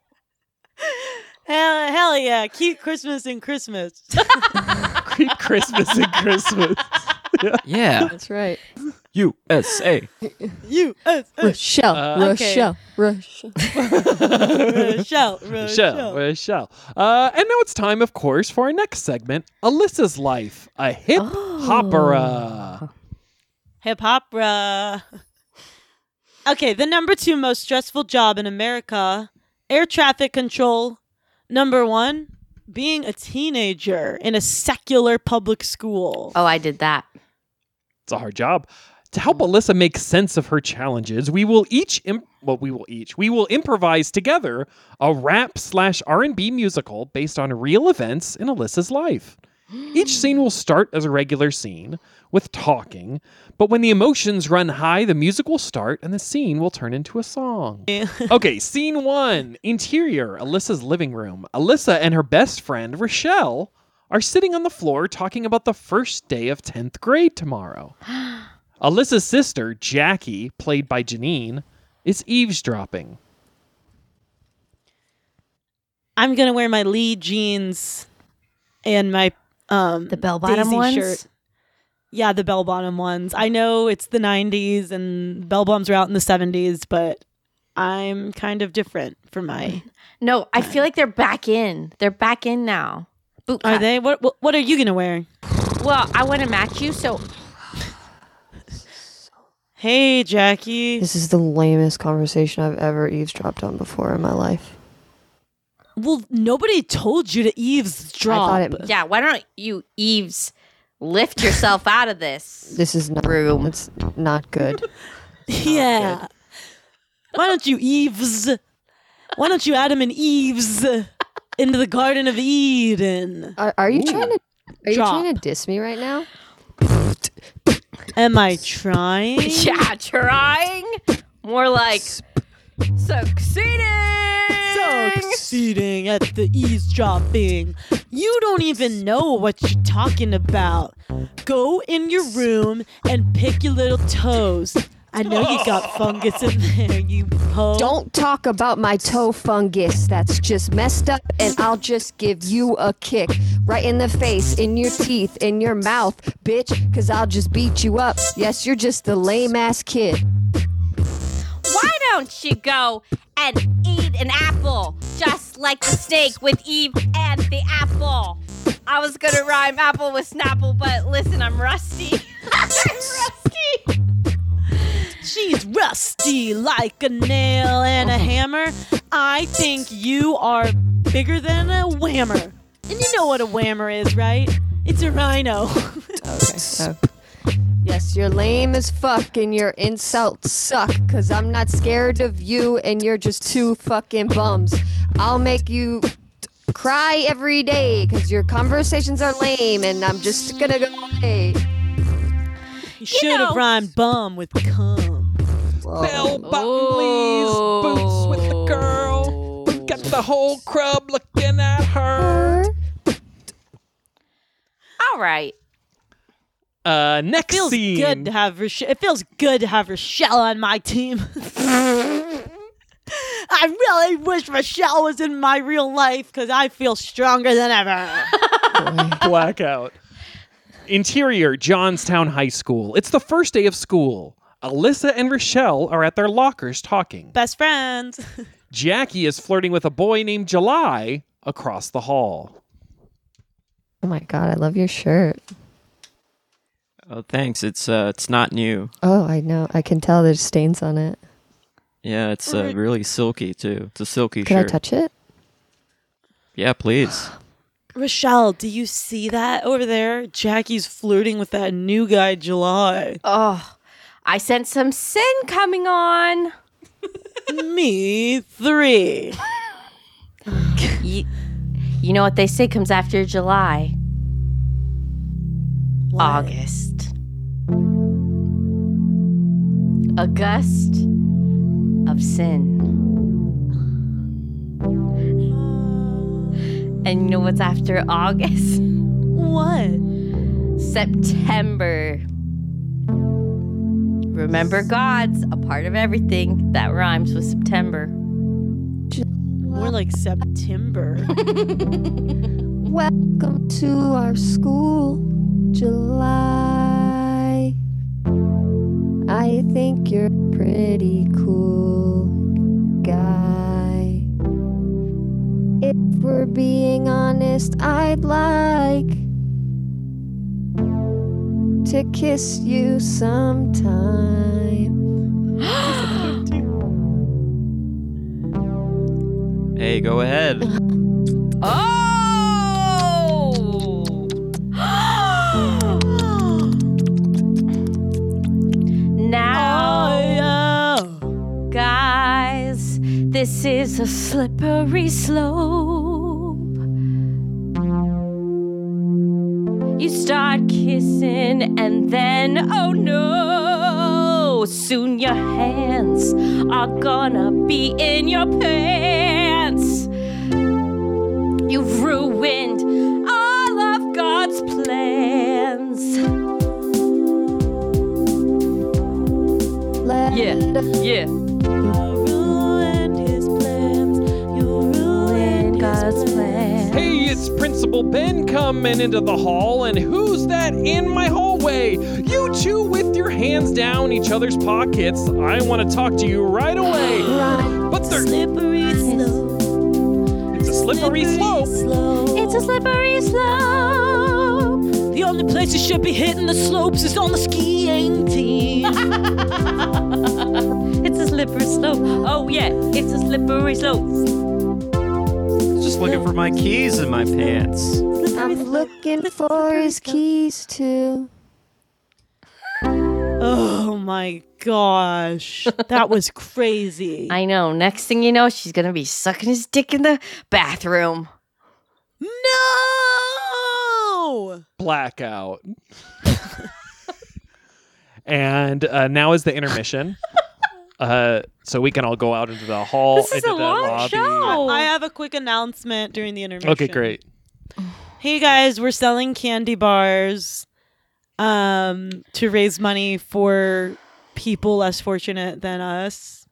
Hell, hell yeah. Cute Christmas and Christmas. Christmas and Christmas. Yeah. That's right. USA. you. Us, us. Rochelle, Uh, okay. Rochelle, Rochelle. Rochelle. Rochelle, Rochelle. Rochelle. Uh, and now it's time, of course, for our next segment, Alyssa's Life, a hip Oh. hopera. Hip hopera. Okay, the number two most stressful job in America air traffic control. Number one, being a teenager in a secular public school. Oh, I did that. It's a hard job. To help Alyssa make sense of her challenges, we will each, imp- well, we will each, we will improvise together a rap slash R&B musical based on real events in Alyssa's life. Each scene will start as a regular scene with talking, but when the emotions run high, the music will start and the scene will turn into a song. okay, scene one interior, Alyssa's living room. Alyssa and her best friend, Rochelle, are sitting on the floor talking about the first day of 10th grade tomorrow. Alyssa's sister, Jackie, played by Janine, is eavesdropping. I'm going to wear my Lee jeans and my. Um, The bell bottom Daisy ones. shirt. yeah, the bell bottom ones. I know it's the 90s and bell bottoms were out in the 70s, but I'm kind of different for my. No, I feel like they're back in. They're back in now. Boot Are cut. they? What, what, what are you going to wear? Well, I want to match you, so Hey, Jackie. This is the lamest conversation I've ever eavesdropped on before in my life. Well, nobody told you to eavesdrop. I thought it- yeah. Why don't you Eves lift yourself out of this? This is not Room. It's not good. yeah. Why don't you eaves? Why don't you Adam and Eves into the Garden of Eden? Are, are you trying to? Are you Drop. trying to diss me right now? Am I trying? Yeah, trying. More like succeeding. Succeeding at the eavesdropping. You don't even know what you're talking about. Go in your room and pick your little toes. I know you got fungus in there, you hoe. Don't talk about my toe fungus. That's just messed up, and I'll just give you a kick right in the face, in your teeth, in your mouth, bitch, because I'll just beat you up. Yes, you're just a lame ass kid. Why don't you go and eat an apple, just like the snake with Eve and the apple? I was gonna rhyme apple with snapple, but listen, I'm rusty. I'm rusty. She's rusty like a nail and a hammer. I think you are bigger than a whammer. And you know what a whammer is, right? It's a rhino. Yes, you're lame as fuck, and your insults suck, because I'm not scared of you, and you're just two fucking bums. I'll make you cry every day, because your conversations are lame, and I'm just gonna go away. You should have rhymed bum with cum. Bell button, please. Boots with the girl. Got the whole crowd looking at her. All right. Uh, next feels scene. good to have Rochelle. It feels good to have Rochelle on my team. I really wish Rochelle was in my real life because I feel stronger than ever. Blackout. Interior, Johnstown High School. It's the first day of school. Alyssa and Rochelle are at their lockers talking. Best friends. Jackie is flirting with a boy named July across the hall. Oh my god, I love your shirt. Oh, thanks. It's uh, it's not new. Oh, I know. I can tell there's stains on it. Yeah, it's uh, really silky too. It's a silky Can I shirt. touch it? Yeah, please. Rochelle, do you see that over there? Jackie's flirting with that new guy, July. Oh, I sense some sin coming on. Me three. You, you know what they say comes after July? August. August of sin. And you know what's after August? What? September. Remember God's a part of everything that rhymes with September. More like September. Welcome to our school, July. I think you're pretty cool guy. If we're being honest, I'd like to kiss you sometime. Hey, go ahead. Oh! Now, Oh, guys, this is a slippery slope. You start kissing, and then, oh no, soon your hands are gonna be in your pants. You've ruined all of God's plans. Let Yeah, yeah. ruined his plans. You ruined God's plan. Hey, it's Principal Ben coming into the hall, and who's that in my hallway? You two with your hands down each other's pockets. I want to talk to you right away. But they're, slippery slope. it's a slippery slope. It's a slippery slope. The only place you should be hitting the slopes is on the skiing team. It's a slippery slope. Oh yeah, it's a slippery slope. Just looking for my keys in my pants. I'm looking for his keys too. oh my gosh. That was crazy. I know. Next thing you know, she's gonna be sucking his dick in the bathroom. no! blackout. and uh, now is the intermission. Uh, so we can all go out into the hall. This is into a the long lobby. show. I have a quick announcement during the intermission. Oh. Okay, great. Hey guys, we're selling candy bars um to raise money for people less fortunate than us.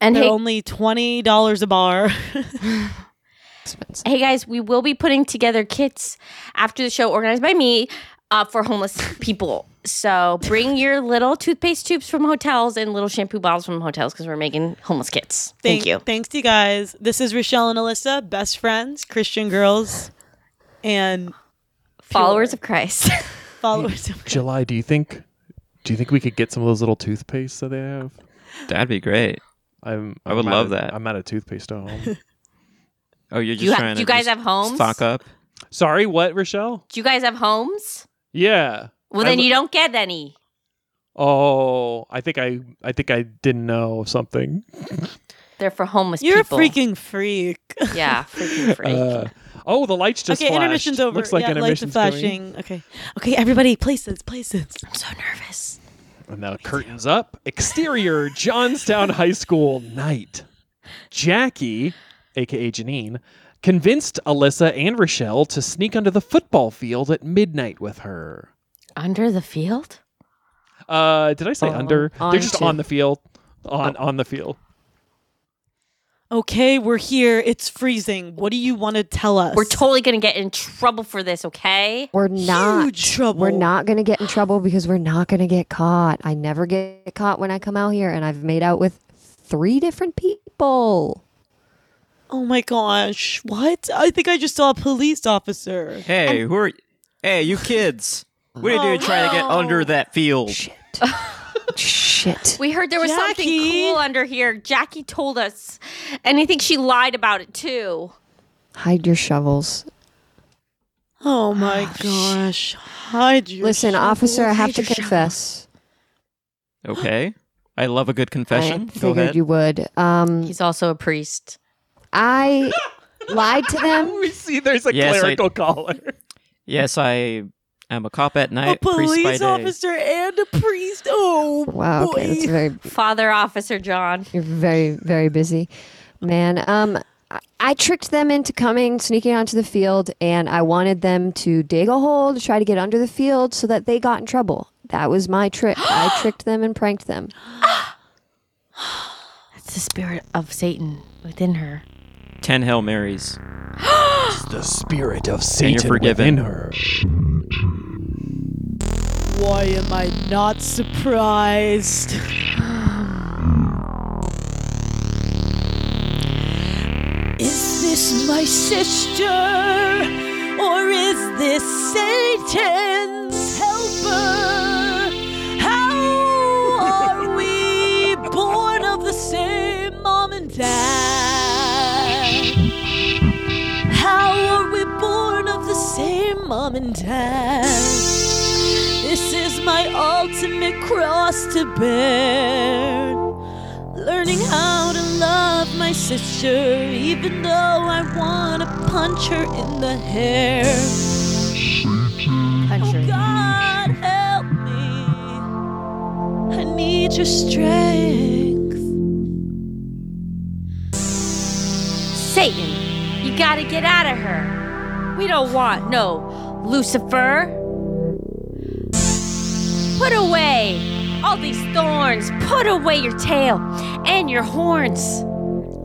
And They're hey, only twenty dollars a bar. hey guys, we will be putting together kits after the show organized by me uh, for homeless people. So bring your little toothpaste tubes from hotels and little shampoo bottles from hotels because we're making homeless kits. Thank, you. Thanks to you guys. This is Rochelle and Alyssa, best friends, Christian girls, and Followers of Christ. followers of July, do you think? Do you think we could get some of those little toothpastes that they have? That'd be great. I'm, I would I'm out love of- that. I'm out of toothpaste at home. Oh, you're just You ha- trying to. you guys just have homes? Stock up. Sorry, what, Rochelle? Do you guys have homes? Yeah. Well, I then li- you don't get any. Oh, I think I, I think I didn't know something. They're for homeless You're a people. freaking freak. Yeah, freaking freak. Uh, oh, the lights just okay, flashed. intermission's over. Looks like yeah, lights are intermission's coming. flashing. Okay. Okay, everybody, places, places. I'm so nervous. And now curtains up. Exterior Johnstown High School night. Jackie, aka Janine, convinced Alyssa and Rochelle to sneak onto the football field at midnight with her. Under the field? Uh, did I say Oh, under? They're just onto. on the field. On Oh. on the field. Okay, we're here. It's freezing. What do you want to tell us? We're totally going to get in trouble for this, okay? We're not. Huge trouble. We're not going to get in trouble because we're not going to get caught. I never get caught when I come out here, and I've made out with three different people. Oh my gosh. What? I think I just saw a police officer. Hey, who are? y- Hey, you kids. What are you doing trying to get under that field? Shit. We heard there was something Jackie! cool under here. Jackie told us. And I think she lied about it too. Hide your shovels. Oh my gosh. Hide your Listen, officer, I shovels. have to confess. Okay. I love a good I confession. Go figured ahead. you would. Um, He's also a priest. I lied to them. We see there's a Yes, I- clerical collar. Yes, I am a cop at A night. priest by police day. officer and a priest. Oh, Wow. boy. Okay, that's very Father Officer John. You're very, very busy, man. Um, I- I tricked them into coming, sneaking onto the field, and I wanted them to dig a hole to try to get under the field so that they got in trouble. That was my trick. I tricked them and pranked them. That's the spirit of Satan within her. Ten Hail Marys. the spirit of you're Satan forgiven. within her. Why am I not surprised? is this my sister? Or is this Satan's helper? How are we born of the same mom and dad? How are we born of the same mom and dad? This is my ultimate cross to bear. Learning how to love my sister, even though I want to punch her in the hair. Oh, God, help me. I need your strength. Satan, you gotta get out of her. We don't want no Lucifer. Put away all these thorns. Put away your tail and your horns.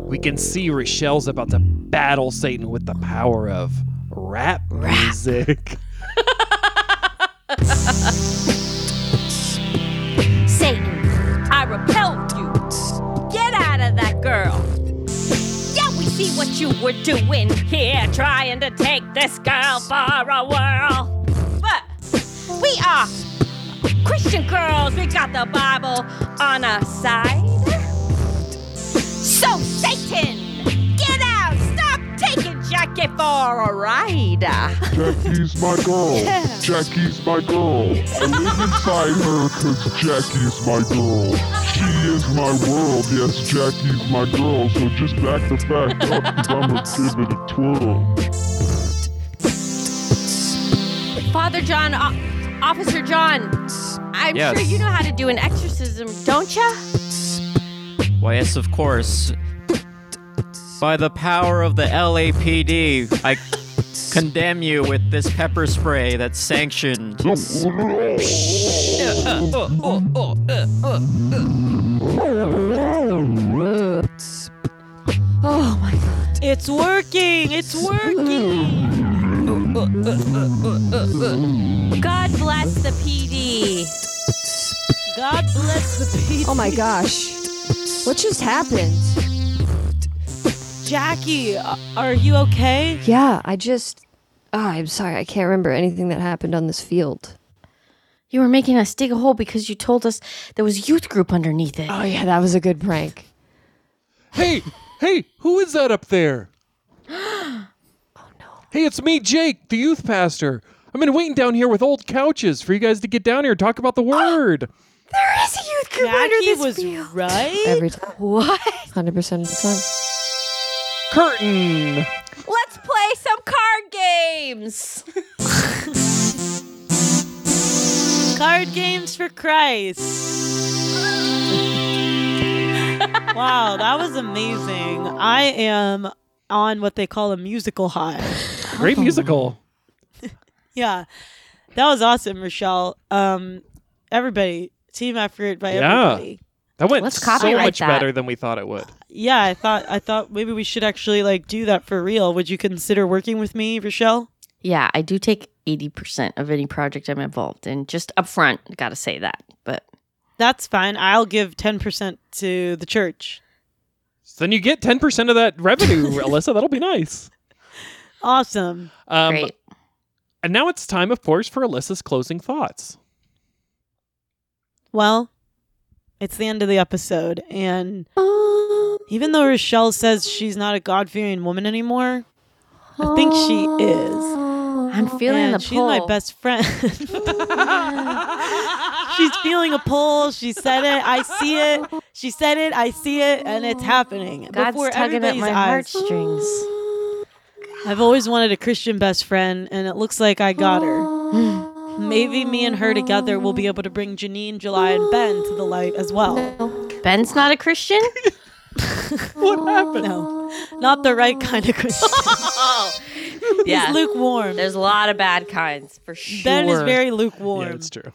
We can see Rochelle's about to battle Satan with the power of rap music. Satan, I repelled you. Get out of that girl. Yeah, we see what you were doing here, trying to take this girl for a whirl. But we are Christian girls. We got the Bible on our side. So, Satan, get out. Stop taking Jackie for a ride. Jackie's my girl. Jackie's my girl. I live inside her 'cause Jackie's my girl. She is my world. Yes, Jackie's my girl. So just back the fact up 'cause I'm gonna give it a twirl. Father John, o- Officer John, I'm Yes. sure you know how to do an exorcism, don't ya? Why, yes, of course. By the power of the LAPD, I condemn you with this pepper spray that's sanctioned. Oh my god. It's working. It's working. God bless the PD. God bless the people. Oh my gosh. What just happened? Jackie, uh, are you okay? Yeah, I just. Oh, I'm sorry. I can't remember anything that happened on this field. You were making us dig a hole because you told us there was youth group underneath it. Uh. Oh yeah, that was a good prank. Hey, hey, who is that up there? oh no. Hey, it's me, Jake, the youth pastor. I've been waiting down here with old couches for you guys to get down here and talk about the word. Jackie was right. Every time. What? 100% of the time. Curtain. Let's play some card games. Card games for Christ. wow, that was amazing. I am on what they call a musical high. Great musical. Yeah. That was awesome, Rochelle. Um everybody, team effort by Yeah. everybody. That went Let's so copyright much that. better than we thought it would. Yeah, I thought I thought maybe we should actually like do that for real. Would you consider working with me, Rochelle? Yeah, I do take 80% of any project I'm involved in. Just up front, gotta say that. But That's fine. I'll give ten percent to the church. So then you get 10% of that revenue, Alyssa. That'll be nice. Awesome. Um, great. And now it's time, of course, for Alyssa's closing thoughts. Well, it's the end of the episode, and even though Rochelle says she's not a God fearing woman anymore, I think she is. I'm feeling and the oh, she's pull. my best friend. she's feeling a pull. She said it. I see it. She said it. I see it, and it's happening God's before tugging at everybody's my eyes. heartstrings. I've always wanted a Christian best friend, and it looks like I got her. Maybe me and her together will be able to bring Janine, July, and Ben to the light as well. Ben's not a Christian? What happened? No, not the right kind of Christian. He's lukewarm. There's a lot of bad kinds for sure. Ben is very Yeah, lukewarm. it's true.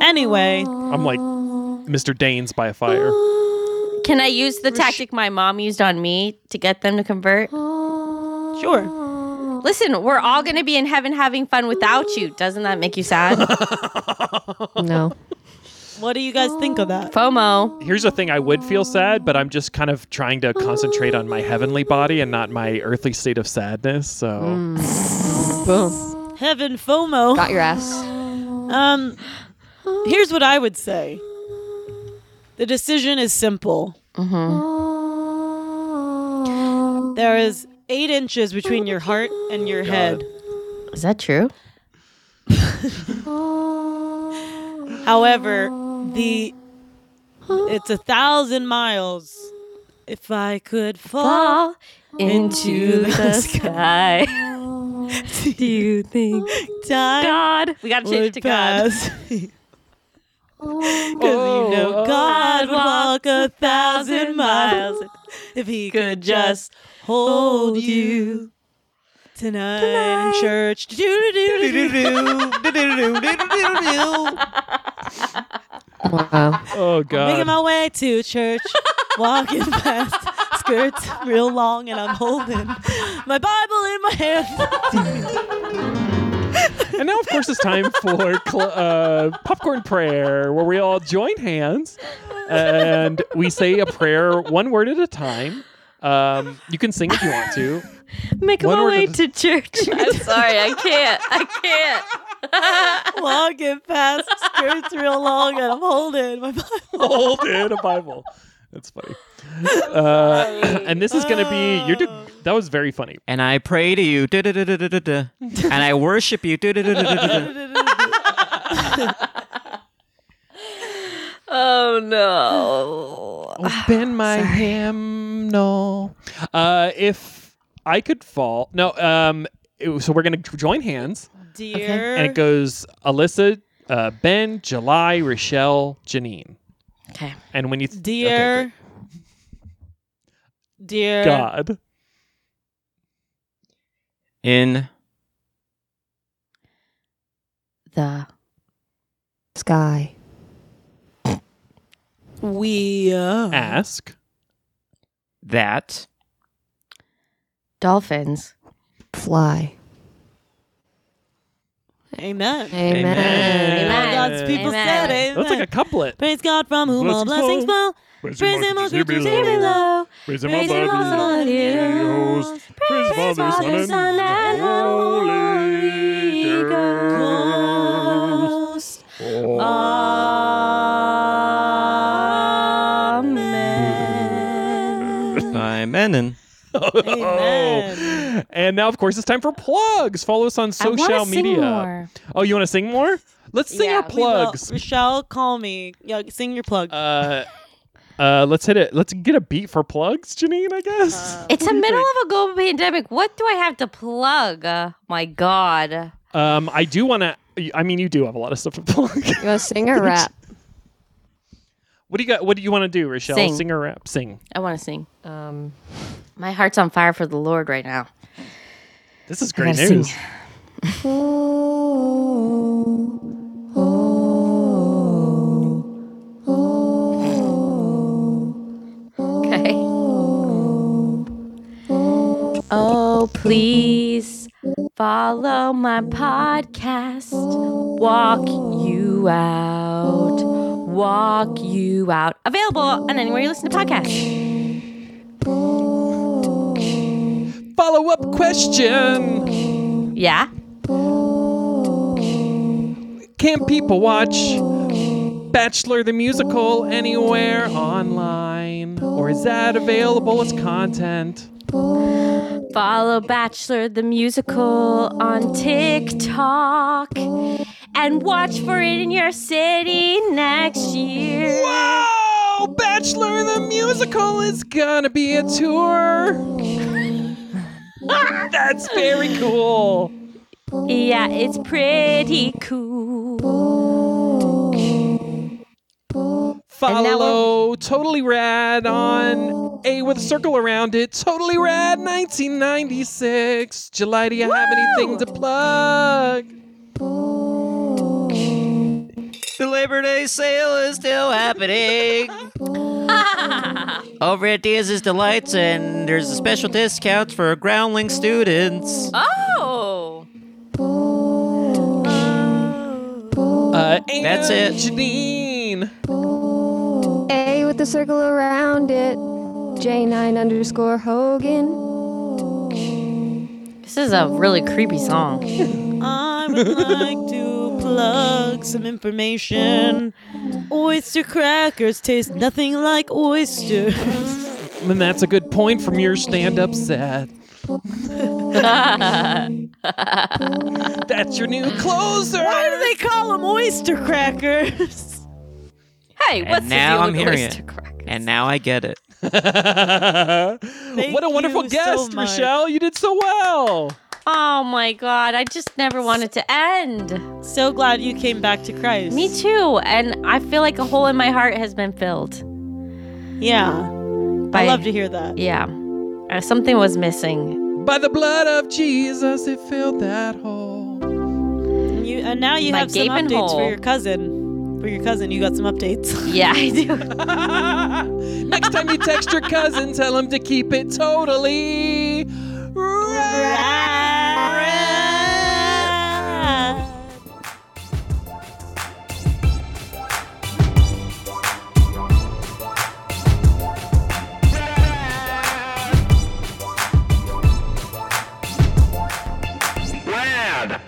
anyway, I'm like Mr. Danes by a fire. Can I use the tactic my mom used on me to get them to convert? sure. Listen, we're all going to be in heaven having fun without you. Doesn't that make you sad? No. What do you guys think of that? FOMO. Here's the thing I would feel sad, but I'm just kind of trying to concentrate on my heavenly body and not my earthly state of sadness. So Boom. Heaven FOMO. Got your ass. Um, here's what I would say. The decision is simple. Mm-hmm. There is eight inches between your heart and your head. Is that true? However, the it's a thousand miles. If I could fall. Fall into the sky. Do you think time God? We got to change would to God. pass. Because you know God would Oh, walk a thousand miles if he could just hold you. Tonight, in church. Wow. Oh Making god. my way to church, walking fast, skirts real long, and I'm holding my Bible in my hand. and now of course it's time for cl- uh, popcorn prayer where we all join hands and we say a prayer one word at a time. Um, you can sing if you want to. Make One my word way at to church. I'm sorry, I can't. I can't. Walking fast, skirts real long, and I'm holding my Bible. Hold in a Bible. That's funny. Uh, and this is going to be you did that was very funny. And I pray to you, duh, duh, duh, duh, duh, duh, duh, and I worship you. duh, duh, duh, duh, duh, duh, duh. Oh no. Oh, bend my hymnal. Uh, if I could fall, no. Um, it- so we're gonna join hands, Dear. and it goes Alyssa, uh, Ben, July, Rochelle, Janine. Okay. And when you th- okay, Dear. great. dear. God, In The Sky. We. Uh, ask that dolphins Fly. amen. Amen. All God's people Amen. said amen. that's like a couplet. Praise God from whom all Blessings blessings flow. Praise Praise Him, all creatures here below. Praise Praise Him, all Father, Son, and Holy Praise Father, Father, Son, and Holy Ghost. Amen. I'm Menon. Oh, Amen. And now, of course, it's time for plugs. Follow us on I wanna social sing media. more. Oh, you want to sing more? Let's sing Yeah, our we We will. plugs. Rochelle, call me. Yo, sing your plug. Uh, uh, let's hit it. Let's get a beat for plugs, Janine. I guess. It's the middle of a global pandemic. What do I have to plug? Uh, my God. um, I do want to. I mean, you do have a lot of stuff to plug. You want to sing or rap? what do you got? What do you want to do, Rochelle? Sing. or rap? Sing. I want to sing. Um, My heart's on fire for the Lord right now. This is great gotta news. sing. Okay. Oh, please follow my podcast. Walk you out. Walk you out. Available on anywhere you listen to podcasts. Follow up question: Yeah. Can people watch Bachelor the Musical anywhere online, or is that available as content? Follow Bachelor the Musical on TikTok and watch for it in your city next year. Wow! Bachelor the Musical is gonna be a tour. That's very cool. Yeah, it's pretty cool. Follow Totally Rad on A with a circle around it. Totally Rad 1996. July, do you have anything to plug? The Labor Day sale is still happening. Over at Diaz's Delights, and there's a special discount for groundling students. Oh! Uh, That's and it. Janine. A with the circle around it. J9 underscore Hogan. This is a really creepy song. I would like to plug some information. Oyster crackers taste nothing like oysters. And that's a good point from your stand up set. That's your new closer. Why do they call them oyster crackers? Hey, what's now the deal I'm with hearing oyster it. crackers? And now I get it. what a wonderful you so guest, much. Michelle. You did so well. Oh my god, I just never want it to end. So glad you came back to Christ. Me too. And I feel like a hole in my heart has been filled. Yeah. By, I love to hear that. Yeah. Uh, something was missing. By the blood of Jesus, it filled that hole. And, you, and now you My have some gaping updates for hole. your cousin. For your cousin, you got some updates. Yeah, I do. Next time you text your cousin, tell him to keep it totally. Rad.